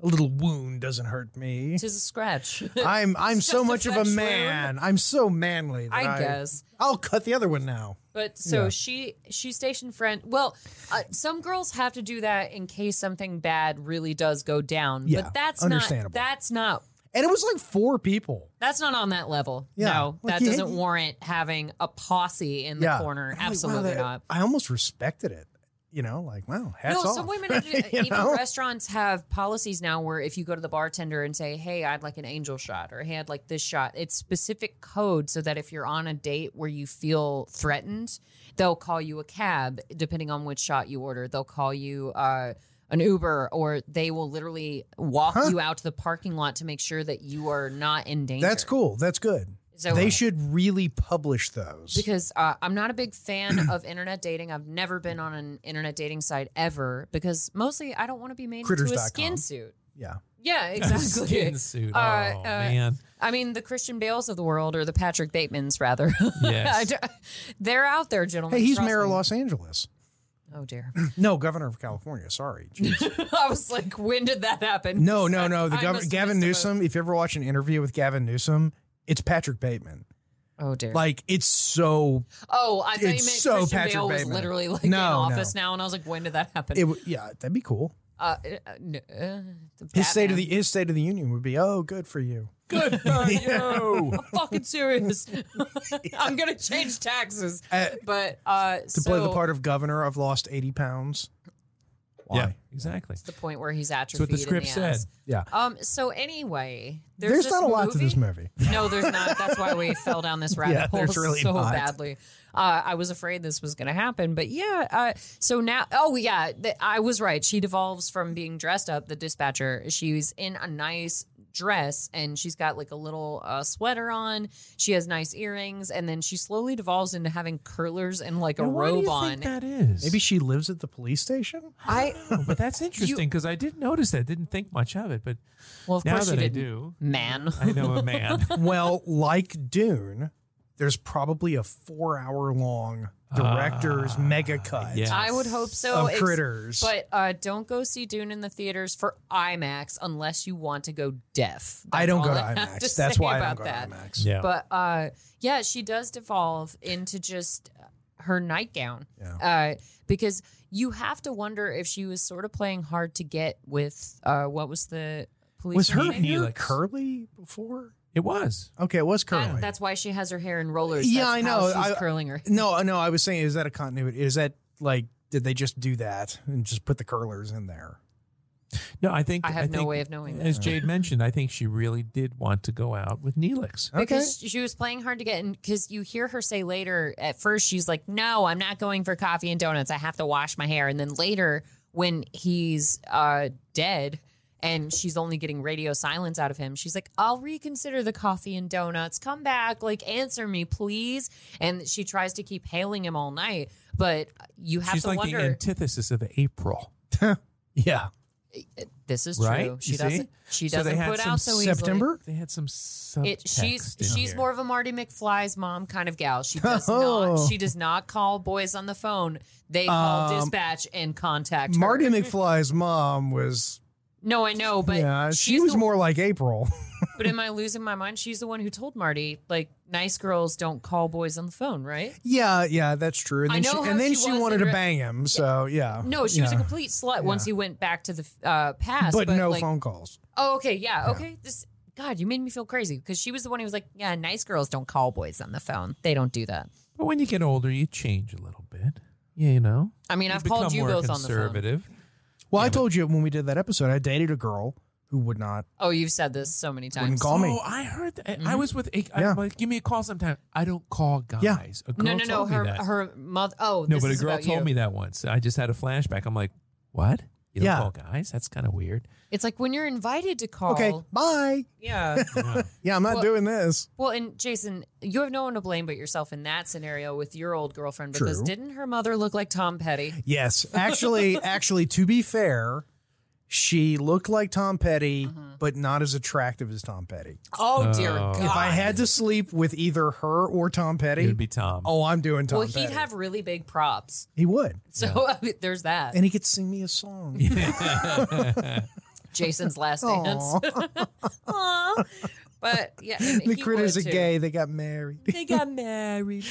A little wound doesn't hurt me.
Tis a scratch.
I'm, I'm so
just a
much of a
flesh wound.
man. I'm so manly. That
I
I
guess.
I'll cut the other one now.
But so
Yeah.
she she stationed friend. Well, uh, some girls have to do that in case something bad really does go down.
Yeah,
but that's
understandable.
not that's not
And it was like four people.
That's not on that level.
Yeah.
No,
Like,
that
you-
doesn't warrant having a posse in the
yeah,
corner.
And I'm like, wow,
Absolutely
that-
not.
I almost respected it. You know, like wow, hats
no,
off.
some women, have,
You
even
know?
restaurants have policies now where if you go to the bartender and say, "Hey, I'd like an angel shot," or "Hey, I'd like this shot," it's specific code so that if you're on a date where you feel threatened, they'll call you a cab depending on which shot you order. They'll call you uh, an Uber, or they will literally walk you out to the parking lot to make sure that you are not in danger.
That's cool. That's good.
So-
they should really publish those.
because uh, I'm not a big fan of internet dating. I've never been on an internet dating site ever because mostly I don't want to be made into a
Critters.com.
skin suit.
yeah.
Yeah, exactly.
Skin suit.
Uh,
Oh
uh,
man.
I mean, the Christian Bales of the world or the Patrick Batemans, rather.
Yes.
I don't- They're out there, gentlemen.
Hey, he's
Trust
mayor of
me.
Los Angeles.
Oh, dear.
No, governor of California. Sorry. Jeez.
I was like, when did that happen?
No, no, no. The
I
governor,
must have
Gavin
missed a vote.
Newsom. If you ever watch an interview with Gavin Newsom, it's Patrick Bateman.
Oh, dear.
Like it's so.
oh, I thought you meant
it's so
Christian
Patrick
Bale was
Bateman.
literally like
No,
in
no.
office now. And I was like, when did that happen?
It w- yeah, that'd be cool.
uh, uh, no, uh, the
His state of
Batman.
the his state of the union would be oh good for you.
Good for you.
fucking serious. I'm gonna change taxes.
Uh,
But uh
to play the part of governor, I've lost eighty pounds. Why?
Yeah, exactly.
the point where he's atrophied.
what the script
in the ass.
said.
Yeah.
Um so anyway, there's,
There's,
this
not a lot to this movie.
No, there's not. That's why we fell down this rabbit
Yeah,
hole
there's really
so
not.
badly. Uh, I was afraid this was going to happen, but yeah. Uh, so now, oh yeah, th- I was right. She devolves from being dressed up, the dispatcher. She's in a nice dress and she's got like a little uh, sweater on. She has nice earrings, and then she slowly devolves into having curlers and like a
Now, why do
robe
you
on.
Think that is
Maybe she lives at the police station.
I
but that's interesting because I did notice that. Didn't think much of it, but
well, of
now
course
that
she
I
did
do,
Man,
I know a man.
well, like Dune, there's probably a four hour long director's mega cut
yes.
I would hope Uh, so.
of
Ex-
critters.
But uh, don't go see Dune in the theaters for IMAX unless you want to go deaf.
I
That's
don't
all
go to
I have
IMAX.
to
That's
say
why I
about
don't go
that.
to IMAX.
yeah.
But uh, yeah, she does devolve into just uh, her nightgown. Uh, because you have to wonder if she was sort of playing hard to get with uh, what was the police?
Was her
name?
hair
Helix.
curly before?
it was.
Okay, it was curly.
That- that's why she has her hair in rollers.
Yeah,
That's
I
how
know.
She's
I-
curling her.
no, no. I was saying, is that a continuity? Is that like, did they just do that and just put the curlers in there?
No, I think
I have no
think,
way of knowing that.
As Jade mentioned, I think she really did want to go out with Neelix.
Because she was playing hard to get, and because you hear her say later, at first she's like, "No, I'm not going for coffee and donuts. I have to wash my hair." And then later, when he's uh, dead, and she's only getting radio silence out of him, she's like, "I'll reconsider the coffee and donuts. Come back, like answer me, please." And she tries to keep hailing him all night, but you have
She's
to
like
wonder.
the antithesis of April,
Yeah.
this is true.
right?
She
You see?
doesn't. She
So they
doesn't
had
put
some
out so easily.
September?
They had some subtext.
It, she's
in
she's
here.
more of a Marty McFly's mom kind of gal. She does
Oh.
not she does not call boys on the phone. They call
Um,
dispatch and contact her.
Marty McFly's mom was,
No, I know, but
yeah, she
she's
was
the-
more like April.
But am I losing my mind? She's the one who told Marty like nice girls don't call boys on the phone, right?
yeah, yeah, that's true. And
I
then,
know
she,
how
and then
she
she,
was
wanted
in
to
re-
bang him. So, yeah.
No, she was a
Yeah.
complete slut once he went back to the uh, past.
But, no
like,
phone calls.
Oh, okay, yeah, okay. This God, you made me feel crazy because she was the one who was like, "Yeah, nice girls don't call boys on the phone. They don't do that."
But when you get older, you change a little bit. Yeah, you know.
I mean,
You
I've called
become
you
more
both on the phone.
conservative.
Well, I told you when we did that episode, I dated a girl who would not
Oh, you've said this so many times.
wouldn't call me.
Oh, I heard that.
Mm-hmm.
I was with. A,
Yeah.
I'm like, give me a call sometime. I don't call guys.
Yeah.
A girl
No, no, no.
told me
Her,
that.
her mother. Oh,
no,
this
but a
is
girl
about
told
you.
me that once. I just had a flashback. I'm like, what? You don't
Yeah.
call guys? That's kind of weird.
It's like when you're invited to call.
Okay, bye.
Yeah.
Yeah.
Yeah, I'm not
Well-
doing this.
well, and Jason, you have no one to blame but yourself in that scenario with your old girlfriend because
True.
didn't her mother look like Tom Petty?
Yes, actually, actually, to be fair, she looked like Tom Petty,
Uh-huh.
but not as attractive as Tom Petty.
Oh, dear
Oh.
God.
If I had to sleep with either her or Tom
it
Petty,
would be Tom.
oh, I'm doing Tom
well, he'd
Petty.
have really big props.
he would,
So I mean, there's that.
and he could sing me a song.
Jason's last dance. Aw. But yeah, and
the
he
critters are
would, too.
gay. They got married.
They got married.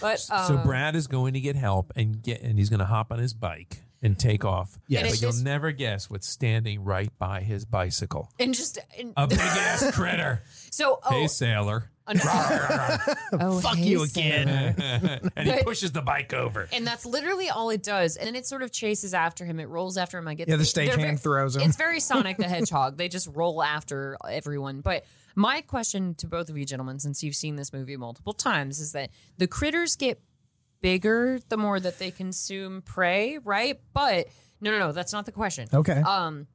But um,
so Brad is going to get help and get, and he's going to hop on his bike and take off.
Yes.
but
it's
you'll
just-
never guess what's standing right by his bicycle.
and just and,
A big ass critter.
so oh,
Hey, sailor.
oh, hey,
and he
But-
pushes the bike over.
And that's literally all it does. And then it sort of chases after him. It rolls after him. I get
Yeah, the
they're
stagehand
very-
throws him.
It's very Sonic the Hedgehog. They just roll after everyone. But my question to both of you gentlemen, since you've seen this movie multiple times, is that the critters get bigger the more that they consume prey, right? But no, no, no, that's not the question.
Okay.
Um,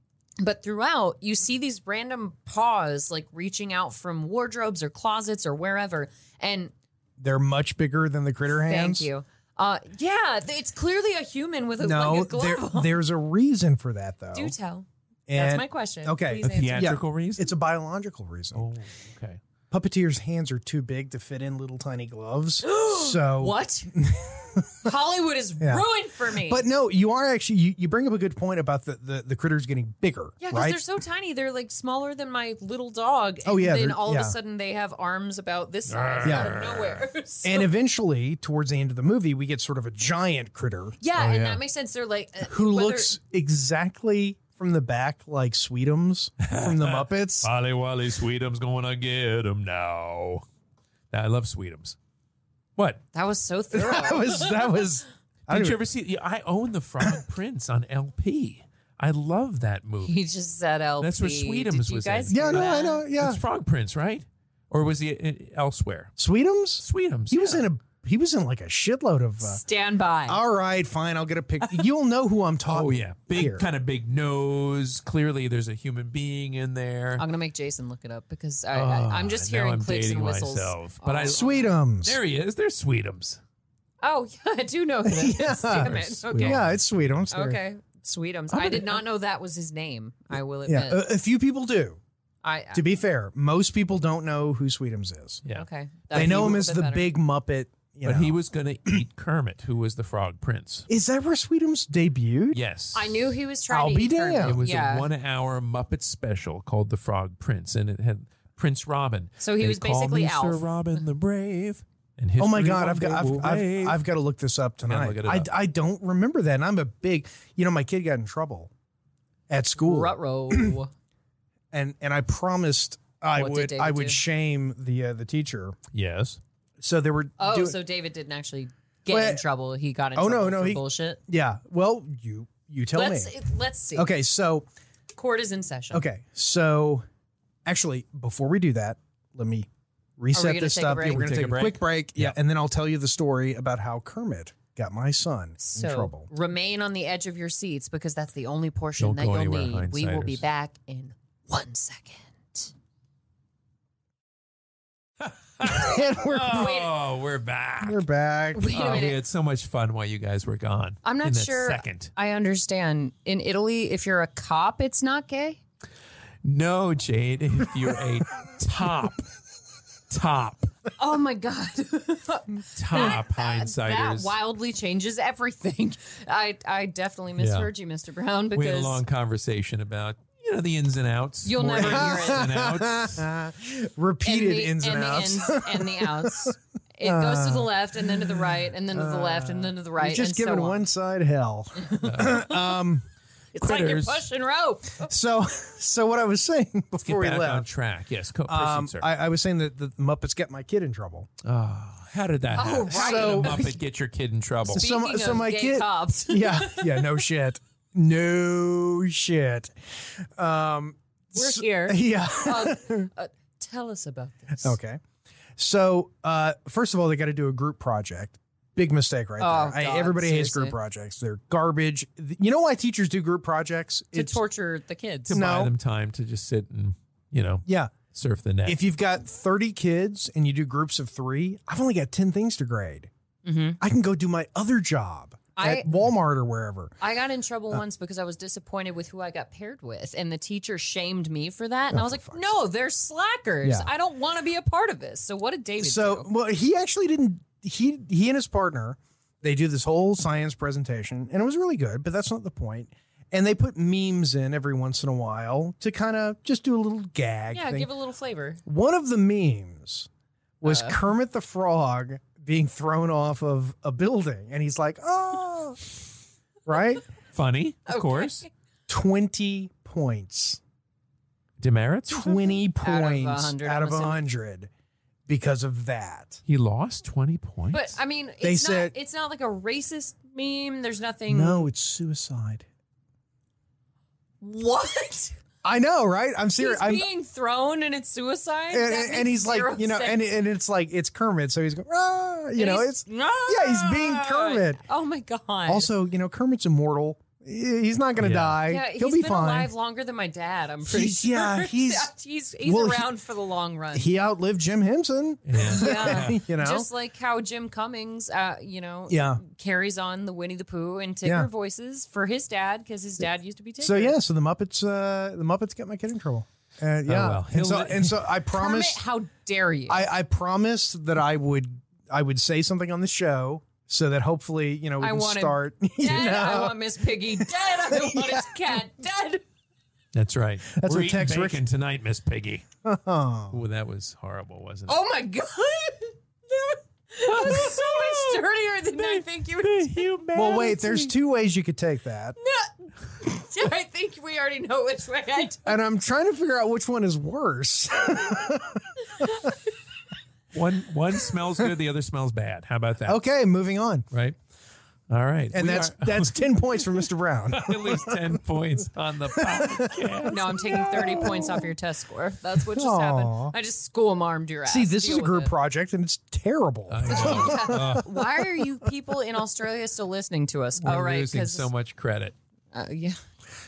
but throughout, you see these random paws like reaching out from wardrobes or closets or wherever, and
They're much bigger than the critter hands.
Thank you. Uh, yeah, th- it's clearly a human with a,
No,
like a glove.
there,
on.
there's a reason for that though.
Do tell.
and
That's my question.
okay.
Please answer.
Theatrical reason?
it's a biological reason.
oh, okay.
Puppeteers' hands are too big to fit in little tiny gloves. so
What? Hollywood is ruined for me.
But no, you are actually you, you bring up a good point about the the, the critters getting bigger,
yeah, because
right?
they're so tiny, they're like smaller than my little dog.
Oh, yeah,
And then
they're-
all
yeah.
of a sudden they have arms about this size
Yeah.
out of nowhere. So-
and eventually, towards the end of the movie, we get sort of a giant critter
yeah, and
Oh, yeah.
that makes sense. They're like uh,
who
whether-
looks exactly from the back like Sweetums from the Muppets.
Ollie Wally Sweetums gonna get him now. I love Sweetums. What?
That was so thorough.
that was that was. I don't
Did you
even,
ever see? yeah, I own the Frog Prince on LP. I love that movie.
he just said LP.
That's where Sweetums
Did you
was
guys
in.
yeah,
hear
no,
that?
I know. uh, Yeah,
It's Frog Prince, right? Or was he uh, elsewhere?
Sweetums.
Sweetums.
He was
yeah.
in a he was in like a shitload of. Uh,
Stand by.
all right, fine. I'll get a pic. You'll know who I'm talking.
Oh yeah,
Here.
big kind of big nose. Clearly, there's a human being in there.
I'm gonna make Jason look it up because I,
Ah,
I, I'm just
now
hearing
I'm
clicks and
dating
whistles.
myself, but I-
Sweetums.
There he is. There's Sweetums.
Oh yeah, I do know that.
Yeah.
Damn it. Okay.
Yeah, it's Sweetums. There.
Okay. Sweetums. I did not know that was his name. I will admit.
uh, Yeah, a, a few people do.
I,
To be fair, most people don't know who Sweetums is.
Yeah.
okay.
they
That-
know him
would've
as
been
the
better.
big Muppet. You
But
know.
he was going to eat Kermit, who was the Frog Prince.
Is that where Sweetums debuted?
Yes,
I knew he was trying
I'll
to
be
eat Kermit.
damned.
It was
yeah.
a one-hour Muppet special called "The Frog Prince," and it had Prince Robin.
So he
They
was
call
basically
me Sir
Alf.
Robin the Brave. And
Oh my
history
God,
one
I've
day
got
will
I've, I've,
rave.
I've got to look this up tonight.
look it
I,
up.
I don't remember that, and I'm a big. You know, my kid got in trouble at school,
Rutrow.
and and I promised I
What did
would
David
I would
do?
shame the uh, the teacher.
yes.
So they were.
oh,
do-
so David didn't actually get
Well,
in trouble. He got in
oh, no,
trouble
no,
for
he-
bullshit.
yeah. Well, you you tell
let's
me.
let's see.
Okay, so
Court is in session.
Okay, so actually, before we do that, let me reset
gonna
this
take a
up.
break?
Yeah,
We're
we're going
gonna
to take
take a
a
break?
quick break. Yeah,
Yeah.
and then I'll tell you the story about how Kermit got my son
So
in trouble.
remain on the edge of your seats because that's the only portion
Don't
that
go
you'll
anywhere,
need. We will be
hindsighters.
back in one second.
and we're,
Oh, we're back.
we're back.
Wait a
Oh, we
minute.
had so much fun while you guys were gone.
I'm not
in that
sure.
Second,
I understand. In Italy, if you're a cop, it's not gay.
no, Jade. If you're a top, top,
Oh my god.
top hindsighters,
That wildly changes everything. I I definitely misheard you, Mr. Brown,
we had a
because
long conversation about you know the ins and outs.
You'll
More
never hear it.
ins and outs.
Repeated ins and,
the
outs.
ins and the outs. It goes to the left and then to the right and then to the left and then to the right.
You're just
and so
giving
on.
one side hell. um,
It's like you're
Critters.
pushing rope.
so, so what I was saying
Get
before we
back on
left,
track. Yes, co- proceed,
um,
sir.
I, I was saying that the Muppets got my kid in trouble.
oh, how did that?
Oh,
happen? How
right.
did
So-
a Muppet get your kid in trouble?
So-
Speaking
so
of
my
gay
kid-
cops.
Yeah, yeah, no shit, no shit. Um,
We're
so-
here.
Yeah.
Uh, uh, tell us about this.
Okay. So, uh, first of all, they got to do a group project. Big mistake right
Oh,
there.
God,
I, everybody hates
seriously.
group projects. They're garbage. Th- You know why teachers do group projects?
To torture the kids.
to buy
no.
them time to just sit and you know
yeah.
surf the net.
If you've got 30 kids and you do groups of three, I've only got 10 things to grade.
Mm-hmm.
I can go do my other job
I-
at Walmart or wherever.
I got in trouble
Uh.
once because I was disappointed with who I got paired with, and the teacher shamed me for that.
Oh,
And I was like, "No, they're slackers.
Yeah.
I don't want to be a part of this." So what did David
So,
do?
well, he actually didn't. He he and his partner, they do this whole science presentation, and it was really good. But that's not the point. And they put memes in every once in a while to kind of just do a little gag.
Yeah,
thing.
give a little flavor.
One of the memes was
Uh.
Kermit the Frog being thrown off of a building, and he's like, "Oh, right."
Funny, of
Okay.
course.
Twenty points.
Demerits.
Twenty
Out of a
points
hundred,
out
I'm
of a
assuming.
hundred because of that.
He lost twenty points.
But I mean, it's
They
not.
said-
it's not like a racist meme. There's nothing.
No, it's suicide.
What?
I know, right? I'm serious.
He's
I'm,
being thrown and it's suicide.
and,
That
and
makes
he's like,
zero
you know, and,
sense.
and it's like it's Kermit, so he's going, "Ah," you
And
know,
he's-
it's yeah, he's being Kermit.
Oh my god.
also, you know, Kermit's immortal. He- He's not going to
Yeah.
die.
Yeah, he's
He'll be
been
fine.
alive longer than my dad. I'm pretty
He's-
sure.
yeah, he's-
he's he's
well, he-
around for the long run.
He outlived Jim Henson.
Yeah.
Yeah.
you know,
Just like how Jim Cummings, uh, you know,
yeah.
carries on the Winnie the Pooh and Tigger
Yeah.
voices for his dad because his dad used to be Tigger.
So yeah, so the Muppets, uh, the Muppets get my kid in trouble. Uh, yeah,
Oh, well. He'll
and so
let-
and so I
Kermit,
promised,
how dare you?
I, I promised that I would, I would say something on the show so that hopefully, you know, we
I
can
want him
start. you
dead. I
know.
want Miss Piggy dead. I want his cat dead.
That's right.
That's
We're
what
eating
Tex Rick-
bacon tonight, Miss Piggy.
Oh.
Oh, that was horrible, wasn't it?
Oh my god. That was so much dirtier than I think you would.
Well, wait. There's two ways you could take that,
I think we already know which way I
and I'm trying to figure out which one is worse.
one one smells good, the other smells bad. How about that?
Oh. okay, moving on.
Right. All right.
And
We
that's
are-
that's ten points for Mr. Brown.
at least ten points on the podcast.
No, I'm taking 30 points off your test score. That's what just
Aw.
happened. I just school armed your ass.
See, this is
Deal
a
with
group
it.
project, and it's terrible.
I know.
Why are you people in Australia still listening to us?
We're
All right,
losing
because
so much credit.
uh, yeah.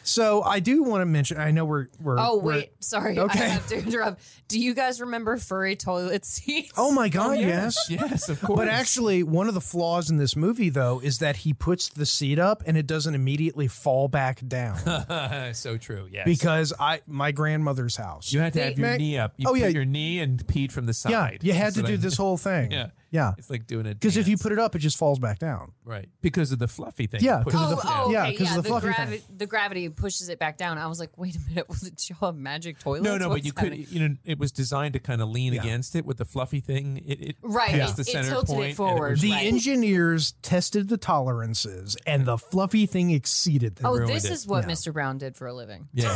So I do want to mention. I know we're we're.
Oh
we're-
wait, sorry, I
Okay.
have to interrupt. Do you guys remember furry toilet seats?
oh my God! yes.
Yes, of course.
But actually, one of the flaws in this movie, though, is that he puts the seat up and it doesn't immediately fall back down.
Uh, so true. Yes.
because I, my grandmother's house.
you had to
They-
have your
Mac-
knee up. You
Oh,
put
yeah.
your knee and peed from the side.
yeah, you had
That's
to
what
do
I-
this whole thing.
Yeah.
yeah.
It's like doing it
Because if you put it up, it just falls back down.
right because of the fluffy thing.
Yeah,
it pushes
'cause
Oh,
of the-
down.
oh,
yeah,
okay,
'cause of the
the,
fluffy
gravi- the gravity pushes it back down. I was like, wait a minute, was it y'all have magic toilets?
No, no,
Oh, What's
but you
happening?
could. You know, it was designed to kind of lean against it with the fluffy thing. It, it
Right,
passed
it-
the
it
center
tilted it
point and
forward.
was-
The
Right.
engineers tested the tolerances, and the fluffy thing exceeded them.
Oh,
ruined
this
it.
is what Mr. Brown did for a living.
yeah.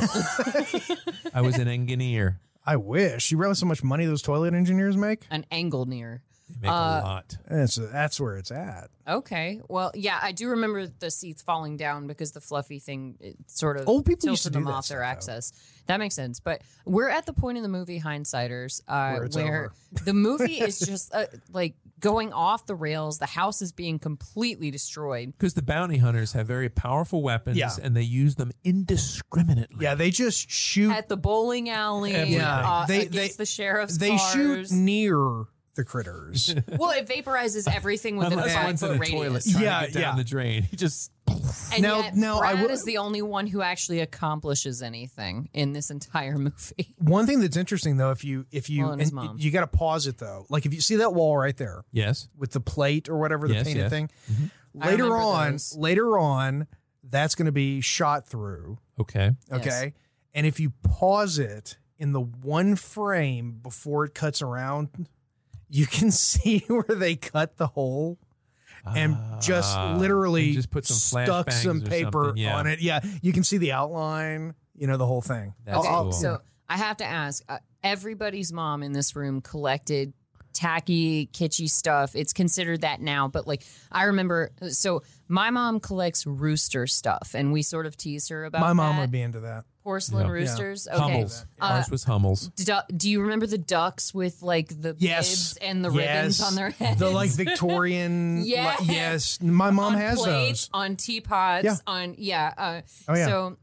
I was an engineer.
I wish. You realize how much money those toilet engineers make?
An angle near.
They make
Uh,
a lot.
And so that's where it's at.
Okay. Well, yeah, I do remember the seats falling down because the fluffy thing it sort of
Old people
tilted
used to
them
do that
off their
stuff, though.
access. That makes sense. But we're at the point in the movie Hindsiders uh,
Where
where,
it's over.
the movie is just uh, like going off the rails. The house is being completely destroyed.
Because the bounty hunters have very powerful weapons
Yeah.
and they use them indiscriminately.
Yeah, they just shoot.
At the bowling alley,
Everything.
uh,
They-
against
they-
the sheriff's
they
cars.
shoot near the critters.
Well, it vaporizes everything within a
Unless
five
someone's in
foot
a toilet
radius.
trying
Yeah,
to get down
yeah.
the drain. He just
And
Now-
yet,
now, I
Brad
will-
is the only one who actually accomplishes anything in this entire movie.
One thing that's interesting though, if you if you
Well, and his
and
mom.
you got to pause it though, like if you see that wall right there
Yes.
with the plate or whatever the
Yes,
painted
yes. Mm-hmm.
thing,
I
later
remember
on,
those.
later on, that's going to be shot through.
Okay.
Okay,
Yes.
and if you pause it in the one frame before it cuts around, you can see where they cut the hole. And just
Ah,
literally
and just put some
stuck
flashbangs
some
or
paper
something, yeah.
on it. Yeah, you can see the outline. You know the whole thing.
That's
okay,
cool.
so I have to ask. Uh, everybody's mom in this room collected tacky, kitschy stuff. It's considered that now, but like I remember. uh, So my mom collects rooster stuff, and we sort of tease her about.
My mom
that.
would be into that.
porcelain
Yeah.
roosters. Okay. Uh,
Hummels. Ours was Hummels.
Du- do you remember the ducks with like the
Yes.
bibs and the
Yes.
ribbons on their heads?
The like Victorian.
Yes.
li- yes. My mom
on
has
plates,
those.
on teapots,
Yeah.
on yeah. Uh,
Oh, yeah.
So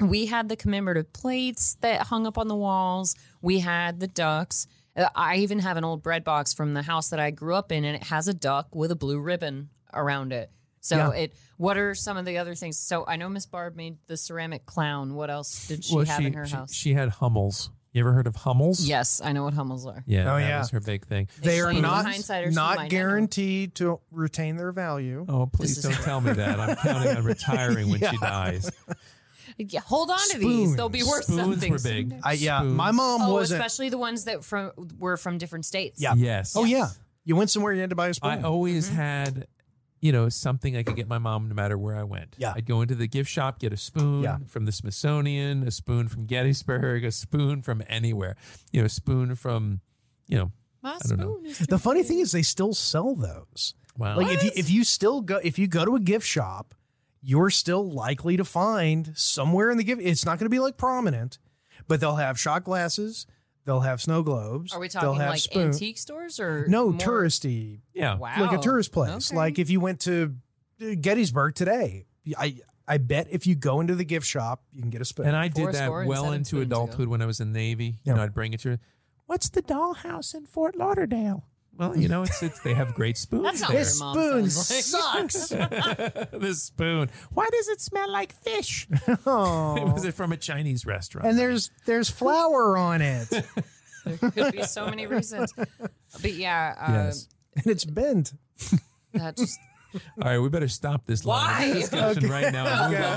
we had the commemorative plates that hung up on the walls. We had the ducks. Uh, I even have an old bread box from the house that I grew up in, and it has a duck with a blue ribbon around it. So
Yeah.
it. What are some of the other things? So I know Miss Barb made the ceramic clown. What else did she
Well,
have in her
she,
house?
she had Hummels. You ever heard of Hummels?
yes, I know what Hummels are.
Yeah.
Oh,
that
yeah.
was her big thing.
They are
Explain to
not
hindsiders who might
not
know.
guaranteed to retain their value.
Oh, please
is
don't
correct.
tell me that. I'm counting on retiring when she dies.
Yeah, hold on to these; they'll be worth
Spoons
something.
were big.
someday.
I, yeah,
Spoons.
my mom
Oh,
wasn't.
especially the ones that from were from different states.
Yeah.
Yes.
Oh yeah, Oh. you went somewhere you had to buy a spoon.
I always
Mm-hmm.
had, you know, something I could get my mom no matter where I went.
Yeah.
I'd go into the gift shop, get a spoon
Yeah.
from the Smithsonian, a spoon from Gettysburg, a spoon from anywhere, you know, a spoon from, you know,
My
I don't know.
spoon is too
the funny
big.
thing is they still sell those.
wow.
Like if you if you still go if you go to a gift shop, you're still likely to find somewhere in the gift. It's not going to be like prominent, but they'll have shot glasses. They'll have snow globes.
Are we
they'll
talking
have
like
spoon-
antique stores or
No,
more-
touristy
yeah.
Wow,
like a tourist place.
Okay.
Like if you went to uh, Gettysburg today, I I bet if you go into the gift shop, you can get a spoon.
And I did
Forrest
that
Gordon
well
said it
into
spoons ago.
adulthood when I was in the Navy.
Yeah.
You know, I'd bring it to her. What's the dollhouse in Fort Lauderdale? Well, you know, it's, it's they have great spoons.
That's not
there.
what
this
your
spoon
mom sounds like.
sucks.
the spoon. Why does it smell like fish? It
oh.
was from a Chinese restaurant.
And there's there's flour on it,
There could be so many reasons, but yeah, uh,
Yes.
and it's bent.
that just
All right, we better stop this
Why?
line of discussion right now and move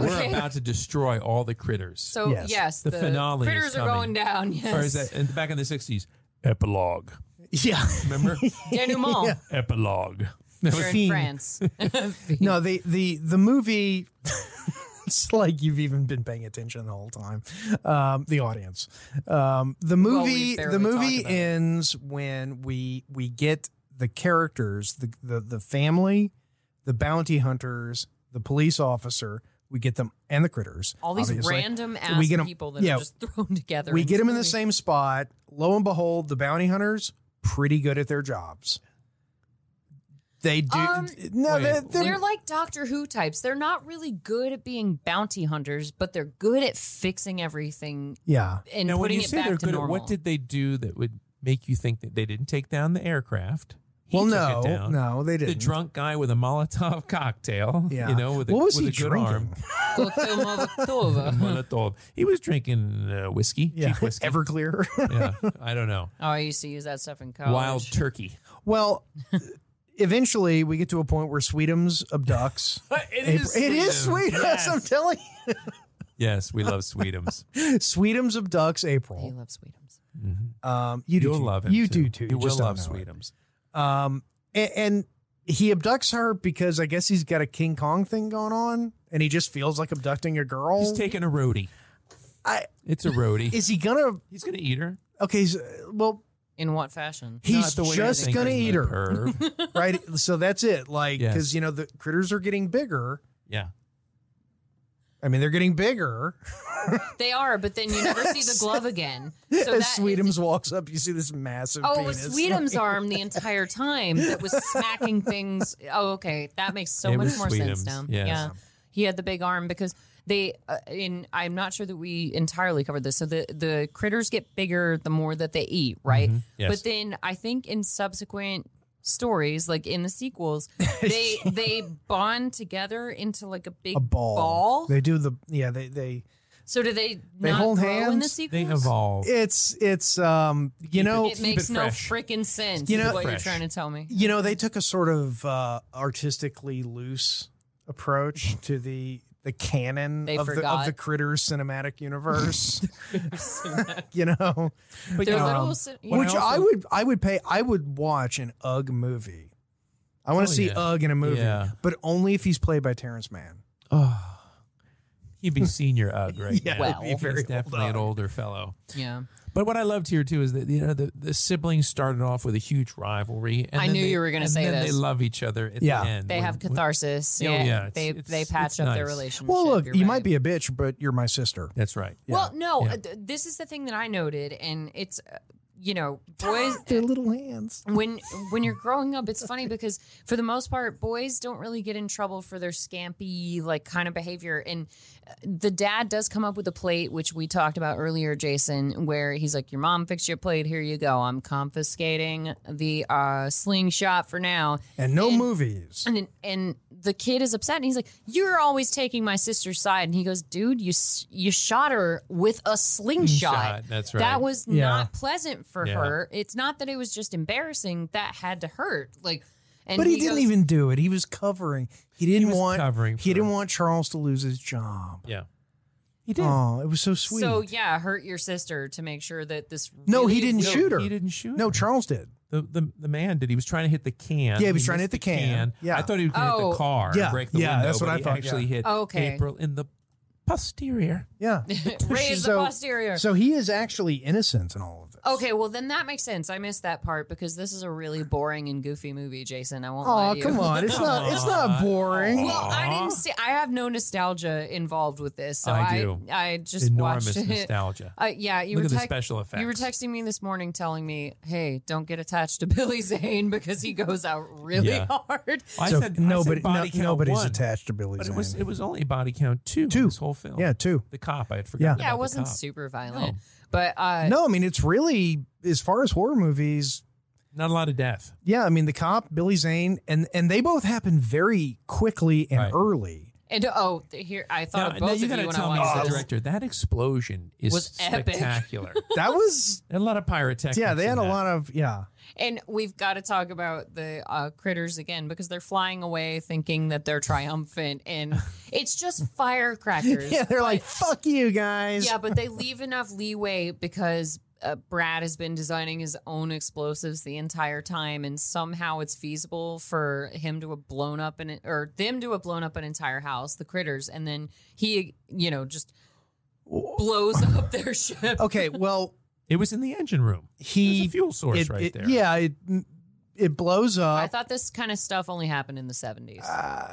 We're
Okay.
about to destroy all the critters.
so
Yes.
yes,
The finale is
critters are
coming.
going down. Yes,
or is that in, back in the sixties? Epilogue.
Yeah.
Remember?
denouement?
Epilogue. That
We're
was-
in
Fiend.
France.
No, the the the movie. it's like you've even been paying attention the whole time. Um, the audience. Um, the
Well,
movie.
we
the
barely
movie
talked about it.
ends when we we get the characters, the, the the family, the bounty hunters, the police officer. We get them and the critters.
All these
obviously.
random ass
we get 'em-
people that
yeah.
are just thrown together.
We
in
get
this
them in the
movie.
same spot. Lo and behold, the bounty hunters pretty good at their jobs. They do
Um,
no.
Wait,
they're,
They're like Doctor Who types. They're not really good at being bounty hunters, but they're good at fixing everything
yeah.
and
now, when
putting
you
it
say
back
they're
to
good, at,
normal.
what did they do that would make you think that they didn't take down the aircraft? He
Well,
took it
no,
down.
no, they
The
didn't.
drunk guy with a Molotov cocktail,
Yeah.
you know, with a,
what was
with
he
a good
drinking?
arm.
Kotomovatova.
Molotov. He was drinking uh, whiskey,
Yeah,
cheap whiskey.
Everclear.
yeah, I don't know.
Oh, I used to use that stuff in college.
Wild turkey.
well, eventually we get to a point where Sweetums abducts.
It
April. It is Sweetums. I'm telling you,
Yes, we love Sweetums.
Sweetums abducts
He
April.
loves Sweetums.
Um, you do
Mm-hmm. You'll
too.
love him.
You
too.
do too.
You will
just don't
love
know it.
Sweetums.
Um, and, and he abducts her because I guess he's got a King Kong thing going on, and he just feels like abducting a girl.
He's taking a roadie.
I-
it's a roadie.
is he gonna?
He's going to eat her.
Okay, so, well,
In what fashion?
He's
the way I
just
think
gonna
is the
eat her.
perv.
right? So that's it. Like,
Yes.
because you know the critters are getting bigger.
yeah.
I mean, they're getting bigger.
They are, but then you never see the glove again. So
As
that
Sweetums walks up, you see this massive.
Oh, it
penis.
was Sweetum's arm the entire time that was smacking things. Oh, okay, that makes so
It
much
was
more sense
Sweetum's,
now.
yes.
Yeah, he had the big arm because they. Uh, in I'm not sure that we entirely covered this. So the the critters get bigger the more that they eat, right?
Yes.
But then I think in subsequent stories, like in the sequels, they they bond together into like a big
a ball.
ball.
They do the yeah. They they.
so do they?
They
not
hold
grow in the
hands?
They
sequels.
evolve.
It's it's um. You know,
It makes
it
no
fresh.
freaking sense.
You
is
know-
what
Fresh.
you're trying to tell me.
you know they took a sort of uh, artistically loose approach to the the canon
They
of the, of
forgot.
the critters cinematic universe you know
But
They're
you know,
little si- you
which
know.
i would i would pay i would watch an ugg movie i want
Oh,
to see
yeah.
ugg in a movie
Yeah.
but only if he's played by terrence mann
oh, he'd be senior Ugg right
Yeah,
now.
Well. he'd
be very
He's
old
definitely
Ugg.
an older fellow.
Yeah.
But what I loved here too is that you know the, the siblings started off with a huge rivalry. And
I
then
knew
they-
you were gonna
and
say
then
this.
They love each other at
Yeah.
the end.
They
when-
have
when-
catharsis.
Yeah,
Yeah,
yeah, it's-
they
it's-
they patch
it's
up their
nice.
relationship.
well look
Mm, you're
you
right.
might be a bitch but you're my sister
That's right.
Well, no,
Yeah.
uh, th- this is the thing that I noted, and it's uh, you know boys.
their little hands
When when you're growing up, it's funny because for the most part, boys don't really get in trouble for their scampy like kind of behavior. And uh, the dad does come up with a plate, which we talked about earlier, Jason, where he's like, "Your mom fixed your plate. Here you go. I'm confiscating the uh, slingshot for now."
and no movies
and then, and the kid is upset and he's like you're always taking my sister's side and he goes dude you s- you shot her with a slingshot
Slingshot, that's right.
that was
Yeah.
not pleasant for
Yeah.
her it's not that it was just embarrassing that had to hurt like and
but he, didn't
goes-
even do it. He was covering. He didn't
was
want
covering
He
for-
didn't want Charles to lose his job.
Yeah.
He did. Oh, it was so sweet.
so yeah hurt your sister to make sure that this
no, he
really-
didn't
No,
shoot her.
He didn't shoot.
No,
her.
Charles did.
the, the the man did. He was trying to hit the can.
Yeah, he was trying to hit
missed
the can. Yeah.
I thought he was going to hit
Oh.
the car.
Yeah,
and break the
yeah,
window,
that's what
but
I
he
thought,
Actually,
yeah.
hit
Okay.
April in the posterior.
Yeah.
raise
So-
the posterior
So he is actually innocent in all of this.
Okay, well then that makes sense. I missed that part because this is a really boring and goofy movie, Jason. I won't lie
Oh,
to you.
come on. It's not it's not boring.
Well, I didn't see. I have no nostalgia involved with this, so
I
I
do.
I, just
Enormous
watched it.
nostalgia.
Uh, yeah, you were
Look at the
tec-
special
You were
effects.
texting me this morning telling me, "Hey, don't get attached to Billy Zane because he goes out really
Yeah.
hard."
I
So
said
nobody
I said body
no-
count
nobody's
one,
attached to Billy
But
Zane.
it was it was only body count two. in
Two.
This whole film.
yeah, too.
The cop. I had
Yeah.
forgotten.
Yeah,
about
it wasn't
the cop.
super violent, but uh,
No, I mean it's really as far as horror movies,
Not a lot of death.
yeah, I mean the cop, Billy Zane, and and they both happen very quickly and
Right.
early.
and oh, th- here I thought
Now-
of
now
both
you
of
gotta
you when I
tell me,
watched
as
this.
the director, that explosion is
Was epic.
spectacular.
That was
and a lot of pyrotechnics.
yeah, they
in
had a
that.
lot of yeah.
And we've got to talk about the uh, critters again because they're flying away thinking that they're triumphant, and it's just firecrackers.
Yeah, they're like, fuck you guys.
Yeah, but they leave enough leeway because uh, Brad has been designing his own explosives the entire time, and somehow it's feasible for him to have blown up an or them to have blown up an entire house, the critters, and then he, you know, just blows up their ship.
Okay, well,
It was in the engine room.
he
There's a fuel source
it-
right
it-
there.
Yeah, it it blows
I
up.
thought this kind of stuff only happened in the seventies,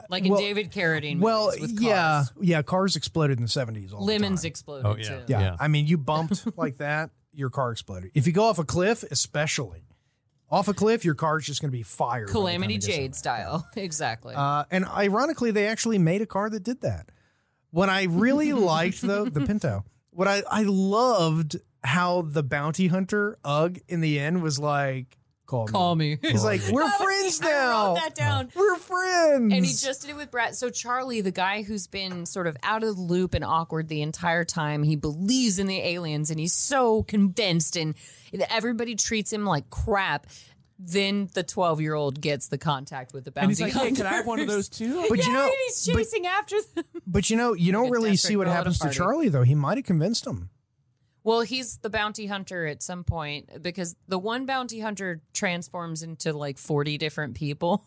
like in
Uh, well-
David Carradine.
Well,
movies with
yeah,
cars.
yeah. Cars exploded in the seventies.
lemons
The time.
exploded
Oh, yeah.
too.
Yeah.
Yeah.
I mean, you bumped like that, your car exploded. If you go off a cliff, especially off a cliff, your car's just going to be fired. by the time
Calamity
it gets
Jade
there.
style, exactly.
Uh, and ironically, they actually made a car that did that. What I really liked, though, the Pinto. What I I loved how the bounty hunter Ugg in the end was like, call,
Call
me.
me.
He's like, we're friends
I
now.
wrote that down.
We're friends.
And he just did it with Brad. So Charlie, the guy who's been sort of out of the loop and awkward the entire time, he believes in the aliens and he's so convinced and everybody treats him like crap. Then the twelve year old gets the contact with the bounty
And he's like, hey, can I have
hunters."
one of those too?
But you
Yeah,
know,
and he's chasing after them.
but you know, you don't
Good
really
death
see
rate
what
for a lot
happens
of
to
party.
Charlie though. He might have convinced him.
Well, he's the bounty hunter at some point because the one bounty hunter transforms into like forty different people.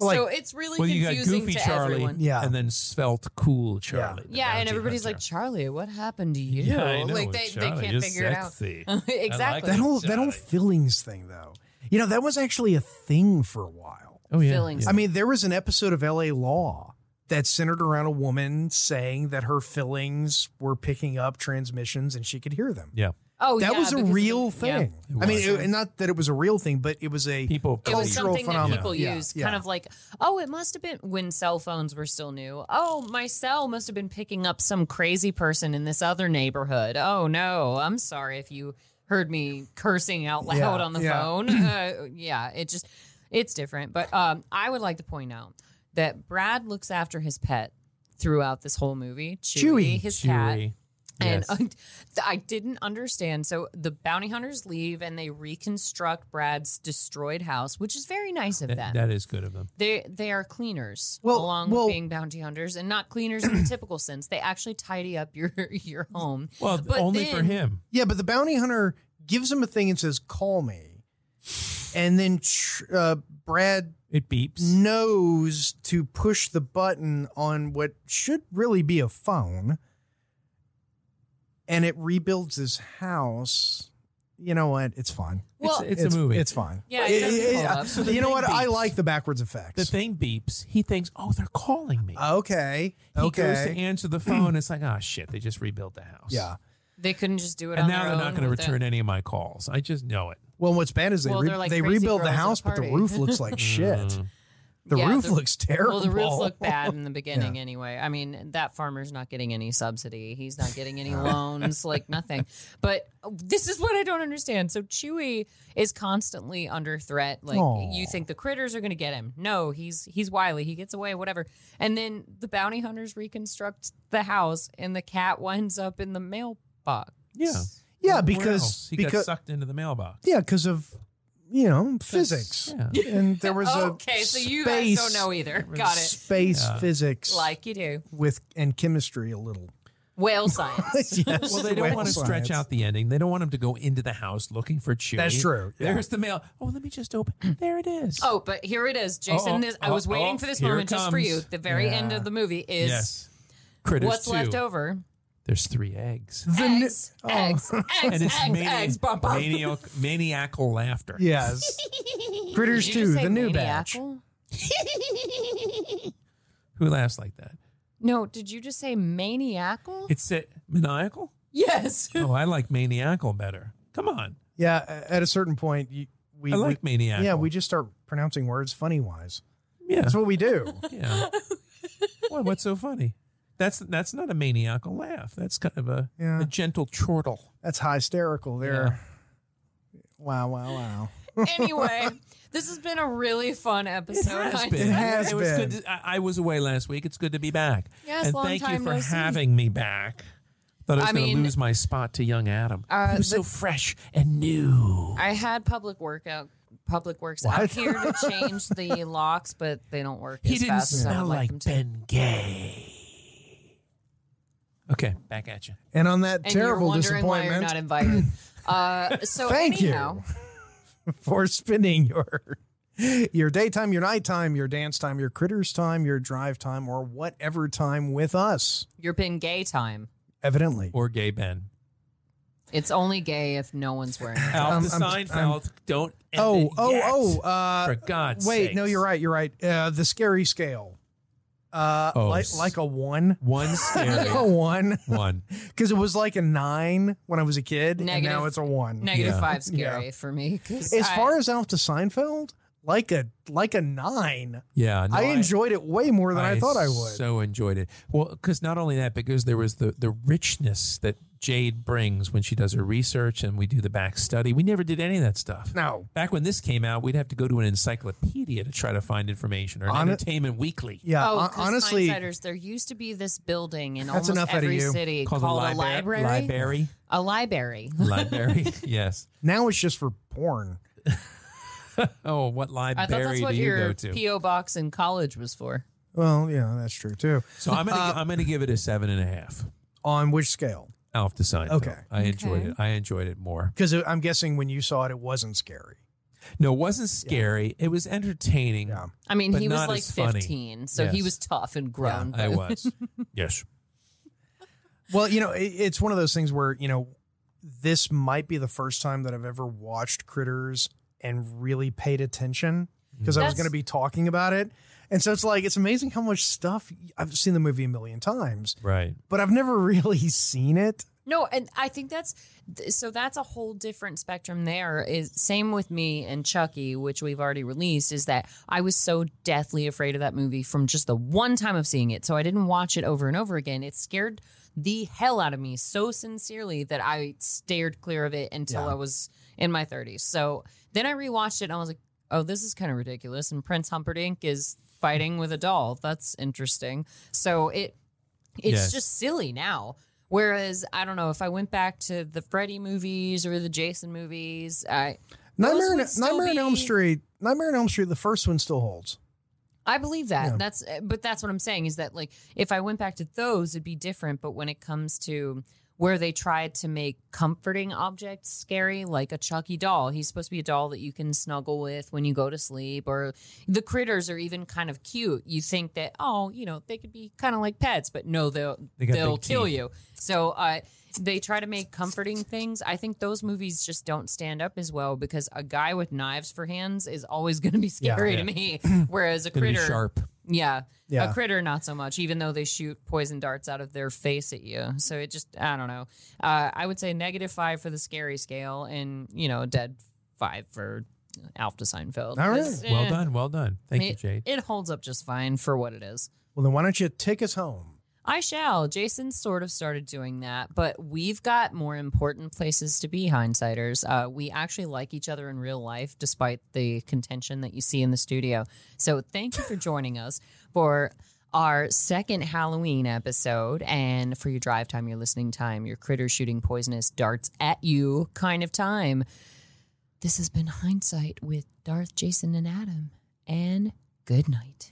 Like-
so it's really
Well, you got
confusing
Goofy
to
Charlie,
everyone. Yeah.
Yeah.
and then svelte Cool Charlie. the
and
bounty
everybody's
hunter.
like, Charlie, what happened to you?
yeah, I know.
like they, they
Charlie,
can't
you're
figure
sexy.
it out. exactly.
That whole that whole
Exactly.
fillings thing though. You know, that was actually a thing for a while.
Oh yeah,
Fillings.
yeah.
I mean, there was an episode of LA Law that centered around a woman saying that her fillings were picking up transmissions and she could hear them.
yeah.
oh,
that
yeah,
was a
because-
real
yeah.
thing.
It
I mean,
was.
it, and not that it was a real thing, but it was a
People
It was
Cultural
something that
phenomenon.
people
Yeah,
used,
yeah.
kind of like, oh, it must have been when cell phones were still new. Oh, my cell must have been picking up some crazy person in this other neighborhood. Oh no, I'm sorry if you heard me cursing out loud
Yeah,
on the
yeah.
phone. Uh, yeah, it just it's different. But um, I would like to point out that Brad looks after his pet throughout this whole movie. Chewy,
Chewy.
his cat.
Chewy.
And
Yes.
uh, I didn't understand. So the bounty hunters leave and they reconstruct Brad's destroyed house, which is very nice of
That-
them.
that is good of them.
they they are cleaners
Well-
along
well-
with being bounty hunters and not cleaners in the typical sense. They actually tidy up your your home.
Well,
But
only for
then-
him.
Yeah, but the bounty hunter gives him a thing and says, "Call me," and then tr- uh, Brad
It beeps.
Mm.
knows to push the button on what should really be a phone, and it rebuilds his house. You know what? It's fine.
Well,
it's, it's a movie.
It's fine.
Yeah, it doesn't
It- it-
hold up. So
you know what? I
beeps.
like the backwards effects.
the thing beeps. He thinks, oh, they're calling me.
Okay.
he goes to
okay.
answer the phone. It's like, oh shit, they just rebuilt the house.
Yeah.
they couldn't just do it.
And
on
now
their
they're not
own
going to
with it.
return any of my calls. I just know it.
Well, what's bad is they
Well,
re-
they're like
they
crazy
rebuild the
girls at a
house, but the
party.
roof looks like shit.
Mm.
The
Yeah,
roof
the-
looks terrible.
Well, the roof looked bad in the beginning anyway. I mean, that farmer's not getting any subsidy. He's not getting any loans, like nothing. But oh, this is what I don't understand. So Chewy is constantly under threat. Like
Aw.
you think the critters are going to get him. No, he's he's wily. He gets away, whatever. And then the bounty hunters reconstruct the house and the cat winds up in the mailbox.
Yeah.
Yeah,
Where
because
else? Oh, he got
because
sucked into the mailbox.
yeah, because of you know physics,
Yeah.
and there was a
okay, so you
space,
guys don't know either. Got it.
Space
Yeah.
physics,
Like you do.
with and chemistry a little.
Whale science.
Yes,
Well, they don't
whale
want to stretch
science.
out the ending. They don't want him to go into the house looking for Chewie.
That's true, yeah.
There's the mail. Oh, let me just open. There it is.
Oh, but here it is, Jason.
Uh-oh.
This, I was
Uh-oh.
waiting for this
Here it
moment just for you.
comes.
The very end of the movie is
yes. Critters
what's
two.
left over.
There's three eggs.
Eggs,
oh,
eggs, eggs,
oh. and it's
eggs,
mani-
eggs, bum, bum.
maniac- maniacal laughter.
Yes, Critters
Did you
two,
say
the new batch.
maniacal?
Who laughs like that?
No, did you just say maniacal?
It's a, maniacal?
yes.
Oh, I like maniacal better. Come on.
Yeah, a- at a certain point, you, we
I like maniacal.
we, yeah we just start pronouncing words funny wise.
yeah.
That's what we do.
yeah. Why, what's so funny? That's that's not a maniacal laugh. That's kind of a,
Yeah.
a gentle chortle.
That's hysterical there. Wow, wow, wow.
anyway, this has been a really fun episode. I-
It has
was
been.
good to- I, I was away last week. It's good to be back.
Yes,
and
long
thank you
time
for
no see.
having me back. Thought I was
I
going to
mean,
lose my spot to young Adam.
uh,
he was so fresh and new.
I had public workout. Public Works out
What?
here to change the locks, but they don't work
He
as
didn't
fast as I
smell
would like,
like,
them to.
Ben Gay. Okay, back at you.
And on that
and
terrible
you're wondering why you're
disappointment,
not invited. Uh, so
Thank you.
anyhow,
for spending your your daytime, your nighttime, your dance time, your critters time, your drive time, or whatever time with us.
you. are been gay time.
Evidently,
Or Gay Ben.
It's only gay if no one's wearing it.
Alf
Um,
the
I'm-
Seinfeld. don't. End
oh,
it
oh,
yet.
oh! Uh,
For God's
wait,
sakes.
no, you're right. You're right. Uh, the scary scale, uh,
Oh,
like
s-
like a one,
One
a
scary
one,
one.
because it was like a nine when I was a kid, and
Negative.
now it's a one.
Negative
Yeah.
five's scary for me. 'cause
as
I-
far as Alf to Seinfeld, like a like a nine.
Yeah, no,
I enjoyed it way more than I, thought I would.
So enjoyed it. Well, because not only that, because there was the the richness that Jade brings when she does her research and we do the back study. We never did any of that stuff.
no,
Back when this came out, we'd have to go to an encyclopedia to try to find information or an
Hon-
Entertainment Weekly.
yeah,
oh,
hon-
'cause
honestly,
hindsighters, there used to be this building in
That's
almost
enough out of
every
you.
city
Called,
called,
a
a
library.
library.
Library.
A library.
library. yes.
now it's just for porn.
Oh, what
I thought
library
that's
do
what
you go
your
to?
PO box in college was for.
Well, yeah, that's true too.
so I'm gonna
Uh,
I'm gonna give it a seven and a half.
On which scale?
Alf the Seinfeld.
Okay.
I enjoyed
Okay.
it. I enjoyed it more.
Because I'm guessing when you saw it, it wasn't scary.
No, it wasn't scary. It was entertaining.
Yeah.
I mean,
But
he was
not
like
as funny.
15, so he
Yes.
was tough and grown.
I
but-
was. yes.
Well, you know, it, it's one of those things where, you know, this might be the first time that I've ever watched Critters and really paid attention because I was
That's-
going to be talking about it. And so it's like, it's amazing how much stuff I've seen the movie a million times,
Right.
but I've never really seen it.
No, and I think that's th- so that's a whole different spectrum there is same with me and Chucky which we've already released is that I was so deathly afraid of that movie from just the one time of seeing it so I didn't watch it over and over again it scared the hell out of me so sincerely that I stared clear of it until I was in my 30s so then I rewatched it and I was like oh this is kind of ridiculous and Prince Humperdinck is fighting with a doll that's interesting so it it's
Yes.
just silly now. Whereas I don't know if I went back to the Freddy movies or the Jason movies, I Those
Nightmare,
would
on-
still
Nightmare on Elm
be-
Street, Nightmare on Elm Street, the first one still holds.
I believe that.
Yeah.
That's eh, but that's what I'm saying is that like if I went back to those, it'd be different. But when it comes to where they tried to make comforting objects scary, like a Chucky doll, he's supposed to be a doll that you can snuggle with when you go to sleep, or the critters are even kind of cute. You think that oh, you know, they could be kind of like pets, but no, they'll
They
they
got
will
big
kill
teeth.
you. So uh, they try to make comforting things. I think those movies just don't stand up as well because a guy with knives for hands is always going to be scary
Yeah.
to me, whereas a
Gonna be
critter
sharp.
yeah.
Yeah.
A critter, not so much, even though they shoot poison darts out of their face at you. So it just, I don't know. Uh, I would say negative five for the scary scale and, you know, dead five for Alf to Seinfeld.
All right.
It's,
Well
eh,
done. Well done. Thank you,
it-
Jade.
It holds up just fine for what it is.
Well, then why don't you take us home?
I shall. Jason sort of started doing that, but we've got more important places to be, hindsighters. Uh, we actually like each other in real life, despite the contention that you see in the studio. So thank you for joining us for our second Halloween episode and for your drive time, your listening time, your critter shooting poisonous darts at you kind of time. This has been Hindsight with Darth, Jason, and Adam, and good night.